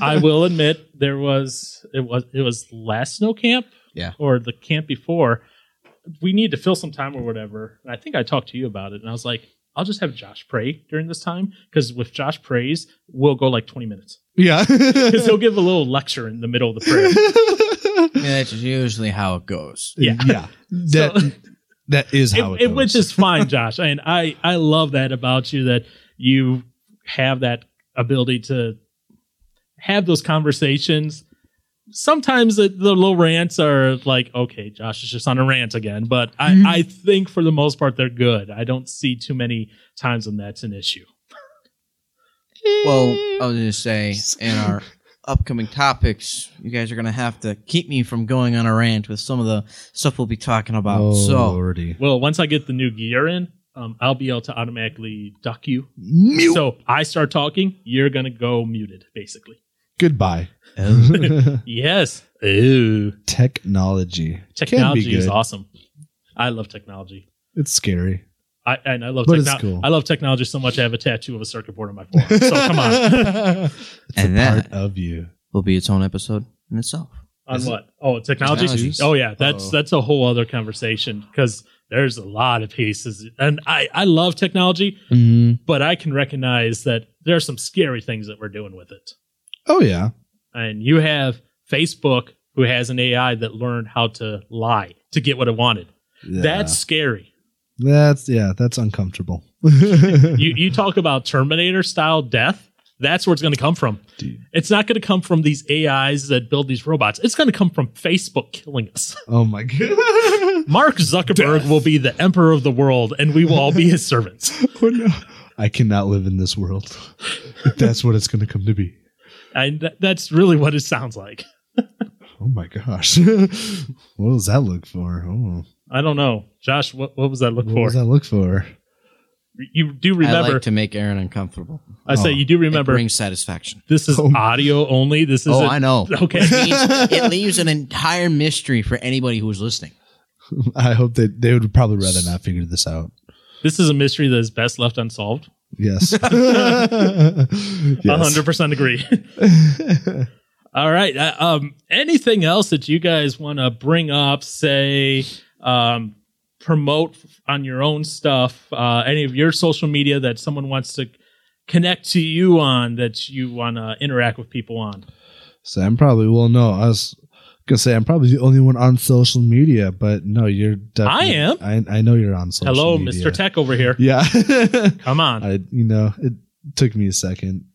Speaker 1: I will admit there was it was it was last snow camp,
Speaker 3: Yeah.
Speaker 1: or the camp before. We need to fill some time or whatever, and I think I talked to you about it, and I was like, I'll just have Josh pray during this time because with Josh prays, we'll go like twenty minutes
Speaker 2: yeah.
Speaker 1: because he'll give a little lecture in the middle of the prayer.
Speaker 3: Yeah, That's usually how it goes.
Speaker 1: Yeah.
Speaker 2: That
Speaker 1: So-
Speaker 2: that is how it,
Speaker 1: It-
Speaker 2: goes.
Speaker 1: which is fine, Josh. And I, I love that about you that you have that ability to have those conversations. Sometimes the, the little rants are like, okay, Josh is just on a rant again. But I,
Speaker 2: Mhm.
Speaker 1: I think for the most part, they're good. I don't see too many times when that's an issue.
Speaker 3: Well, I was going to say in our upcoming topics, you guys are going to have to keep me from going on a rant with some of the stuff we'll be talking about.
Speaker 2: oh,
Speaker 3: so
Speaker 2: lordy.
Speaker 1: Well, once I get the new gear in, um, I'll be able to automatically duck you.
Speaker 2: Mute.
Speaker 1: So I start talking, you're gonna go muted, basically.
Speaker 2: Goodbye.
Speaker 1: Yes. Ooh.
Speaker 2: Technology. Can
Speaker 1: Technology
Speaker 2: be
Speaker 1: is
Speaker 2: good.
Speaker 1: awesome. I love technology.
Speaker 2: It's scary.
Speaker 1: I and I love
Speaker 2: But it's
Speaker 1: techno-
Speaker 2: cool.
Speaker 1: I love technology so much I have a tattoo of a circuit board on my forearm. So come on.
Speaker 2: it's
Speaker 3: And
Speaker 2: a
Speaker 3: that-
Speaker 2: part of you.
Speaker 3: will be its own episode in itself.
Speaker 1: On
Speaker 3: Is it-
Speaker 1: what? Oh, technology.
Speaker 3: Technologies.
Speaker 1: Oh yeah, that's
Speaker 2: Uh-oh.
Speaker 1: that's a whole other conversation because there's a lot of pieces, and I I love technology,
Speaker 2: Mm-hmm.
Speaker 1: but I can recognize that there are some scary things that we're doing with it.
Speaker 2: Oh yeah.
Speaker 1: And you have Facebook, who has an AI that learned how to lie to get what it wanted.
Speaker 2: Yeah.
Speaker 1: That's scary.
Speaker 2: that's yeah. That's uncomfortable.
Speaker 1: you you talk about Terminator style death. That's where it's going to come from.
Speaker 2: Dude.
Speaker 1: It's not going to come from these AIs that build these robots. It's going to come from Facebook killing us.
Speaker 2: Oh my god.
Speaker 1: Mark Zuckerberg will be the emperor of the world, and we will all be his servants.
Speaker 2: Oh, no. I cannot live in this world. If that's what it's going to come to be.
Speaker 1: And th- that's really what it sounds like.
Speaker 2: Oh my gosh. what does that look for? Oh,
Speaker 1: I don't know, Josh. What, what was that look
Speaker 2: what
Speaker 1: for?
Speaker 2: does that look for?
Speaker 1: You do remember? I,
Speaker 3: I like to make Aaron uncomfortable.
Speaker 1: say
Speaker 2: Oh,
Speaker 1: you do
Speaker 3: Remember,
Speaker 1: remember.
Speaker 3: brings satisfaction.
Speaker 1: this is
Speaker 2: Oh.
Speaker 1: audio only. This is
Speaker 3: oh,
Speaker 1: a-
Speaker 3: I know.
Speaker 1: okay.
Speaker 3: It leaves, it leaves an entire mystery for anybody who's listening.
Speaker 2: I hope that they would probably rather not figure this out.
Speaker 1: This is a mystery that is best left unsolved.
Speaker 2: Yes.
Speaker 1: A
Speaker 2: yes.
Speaker 1: hundred percent agree. all right. Uh, um, anything else that you guys want to bring up? Say. Um, promote on your own stuff uh, any of your social media that someone wants to connect to you on that you want to interact with people on
Speaker 2: So I'm probably, well, no, I was going to say I'm probably the only one on social media, but no, you're
Speaker 1: I
Speaker 2: definitely.
Speaker 1: am.
Speaker 2: I, I know you're on social
Speaker 1: hello
Speaker 2: media.
Speaker 1: mr tech over here
Speaker 2: Yeah.
Speaker 1: come on
Speaker 2: I, you know, it took me a second,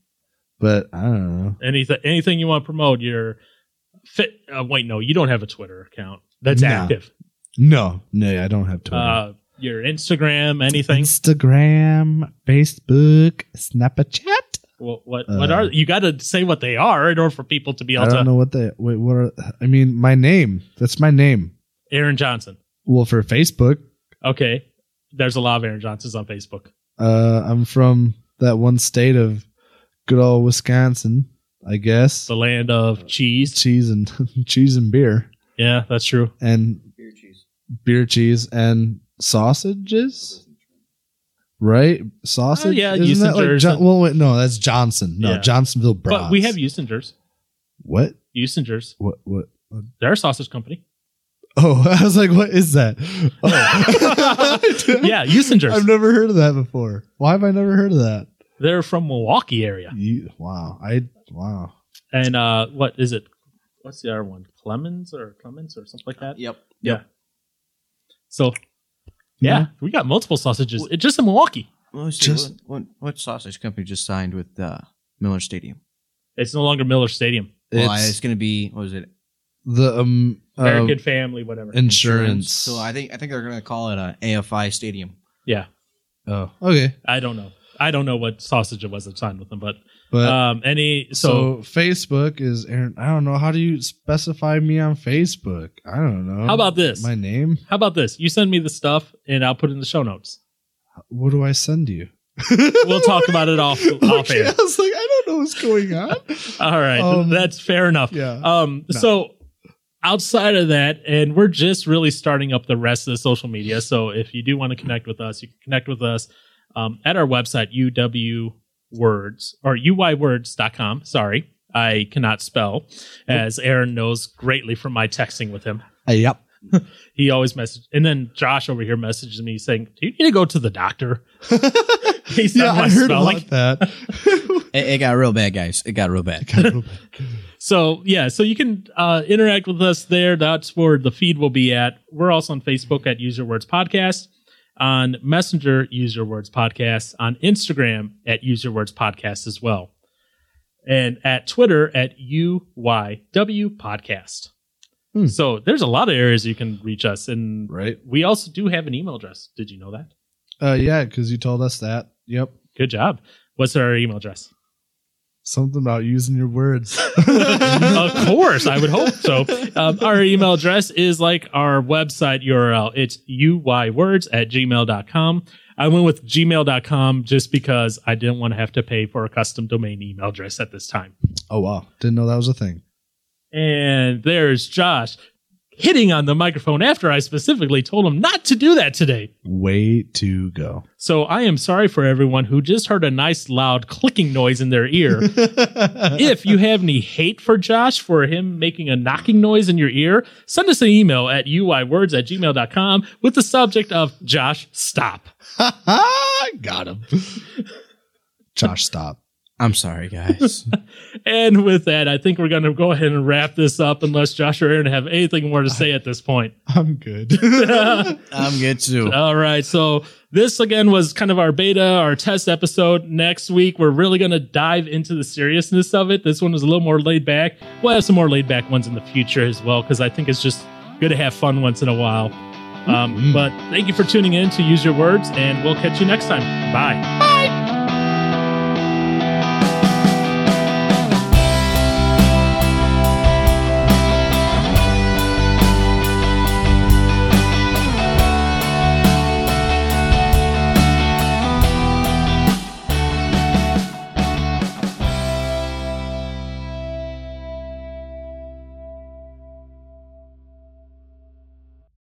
Speaker 2: but I don't know.
Speaker 1: anything anything you want to promote your fit uh, wait no you don't have a twitter account that's
Speaker 2: No.
Speaker 1: active
Speaker 2: No, no, I don't have Twitter.
Speaker 1: uh, your instagram anything
Speaker 2: Instagram, Facebook, Snapchat.
Speaker 1: what what, what
Speaker 2: Uh,
Speaker 1: are you got to say what they are in order for people to be
Speaker 2: I
Speaker 1: able
Speaker 2: don't
Speaker 1: to
Speaker 2: know what they. Wait, what are? I mean, my name. That's my name.
Speaker 1: aaron johnson
Speaker 2: Well, for Facebook,
Speaker 1: okay there's a lot of aaron johnsons on facebook
Speaker 2: uh, I'm from that one state of good old Wisconsin, I guess.
Speaker 1: the land of cheese
Speaker 2: cheese and cheese and beer
Speaker 1: yeah that's true
Speaker 2: and
Speaker 3: Beer cheese.
Speaker 2: beer cheese and sausages. Right, sausage.
Speaker 1: Oh, yeah,
Speaker 2: isn't that like
Speaker 1: Eustingers
Speaker 2: Jo-
Speaker 1: and-
Speaker 2: well, wait, no, that's Johnson. No,
Speaker 1: Yeah.
Speaker 2: Johnsonville Brats.
Speaker 1: But we have Usingers.
Speaker 2: what?
Speaker 1: Usingers.
Speaker 2: What? What?
Speaker 1: They're a sausage company.
Speaker 2: Oh, I was like, what is that? Oh.
Speaker 1: Yeah, Usingers.
Speaker 2: I've never heard of that before. Why have I never heard of that?
Speaker 1: They're from Milwaukee area.
Speaker 2: You, wow, I wow.
Speaker 1: And uh what is it? What's the other one? Clemens or Clemens or something like that?
Speaker 3: Yep.
Speaker 1: So yeah, we got multiple sausages. It, just in Milwaukee.
Speaker 3: Let's see,
Speaker 2: Just-
Speaker 3: what, what, what sausage company just signed with uh, Miller Stadium?
Speaker 1: It's no longer Miller Stadium.
Speaker 3: Well,
Speaker 2: It's-
Speaker 3: it's, going to be what is it?
Speaker 2: the um, uh,
Speaker 1: American family, whatever.
Speaker 2: insurance.
Speaker 3: So I think I think they're going to call it uh, a AFI Stadium.
Speaker 1: yeah.
Speaker 2: oh, okay,
Speaker 1: I don't know. I don't know what sausage it was that signed with them, but
Speaker 2: but
Speaker 1: um any so,
Speaker 2: Uh, so, Facebook is Aaron. I don't know how do you specify me on Facebook. I don't know.
Speaker 1: how about this?
Speaker 2: my name?
Speaker 1: how about this? You send me the stuff and I'll put it in the show notes.
Speaker 2: What do I send you?
Speaker 1: We'll talk about it off off
Speaker 2: okay,
Speaker 1: air.
Speaker 2: I was like, I don't know what's going on.
Speaker 1: All right.
Speaker 2: Um,
Speaker 1: That's fair enough.
Speaker 2: yeah.
Speaker 1: Um,
Speaker 2: No.
Speaker 1: so outside of that, and we're just really starting up the rest of the social media. So if you do want to connect with us, you can connect with us um, at our website, uwwords or uywords.com. Sorry, I cannot spell, as Aaron knows greatly from my texting with him.
Speaker 2: yep.
Speaker 1: He always message, and then Josh over here messages me saying, "Do you need to go to the doctor?" Based on
Speaker 2: Yeah,
Speaker 1: Uh, my
Speaker 2: I heard
Speaker 1: spelling.
Speaker 2: about that.
Speaker 3: It, it got real bad, guys. It got real bad.
Speaker 1: So yeah, so you can uh, interact with us there. That's where the feed will be at. We're also on Facebook at User Words Podcast, on Messenger User Words Podcast, on Instagram at User Words Podcast as well, and at Twitter at UYW Podcast.
Speaker 2: Hmm.
Speaker 1: So there's a lot of areas you can reach us, and
Speaker 2: right.
Speaker 1: we also do have an email address. Did you know that?
Speaker 2: Uh, yeah, because you told us that. Yep.
Speaker 1: Good job. What's our email address?
Speaker 2: Something about using your words.
Speaker 1: of course, I would hope so. Um, our email address is like our website URL. It's uywords at gmail.com. I went with gmail.com just because I didn't want to have to pay for a custom domain email address at this time.
Speaker 2: Oh wow, didn't know that was a thing.
Speaker 1: And there's Josh hitting on the microphone after I specifically told him not to do that today.
Speaker 2: Way to go.
Speaker 1: So I am sorry for everyone who just heard a nice loud clicking noise in their ear. if you have any hate for Josh for him making a knocking noise in your ear, send us an email at uiwords at gmail.com with the subject of Josh, stop.
Speaker 2: Got him. Josh, stop.
Speaker 3: I'm sorry, guys.
Speaker 1: And with that, I think we're going to go ahead and wrap this up unless Josh or Aaron have anything more to say at this point.
Speaker 2: I'm good.
Speaker 3: I'm good too.
Speaker 1: All right. So this again was kind of our beta, our test episode. Next week, we're really going to dive into the seriousness of it. This one was a little more laid back. We'll have some more laid back ones in the future as well, because I think it's just good to have fun once in a while. Um,
Speaker 3: Mhm.
Speaker 1: But thank you for tuning in to Use Your Words, and we'll catch you next time. Bye.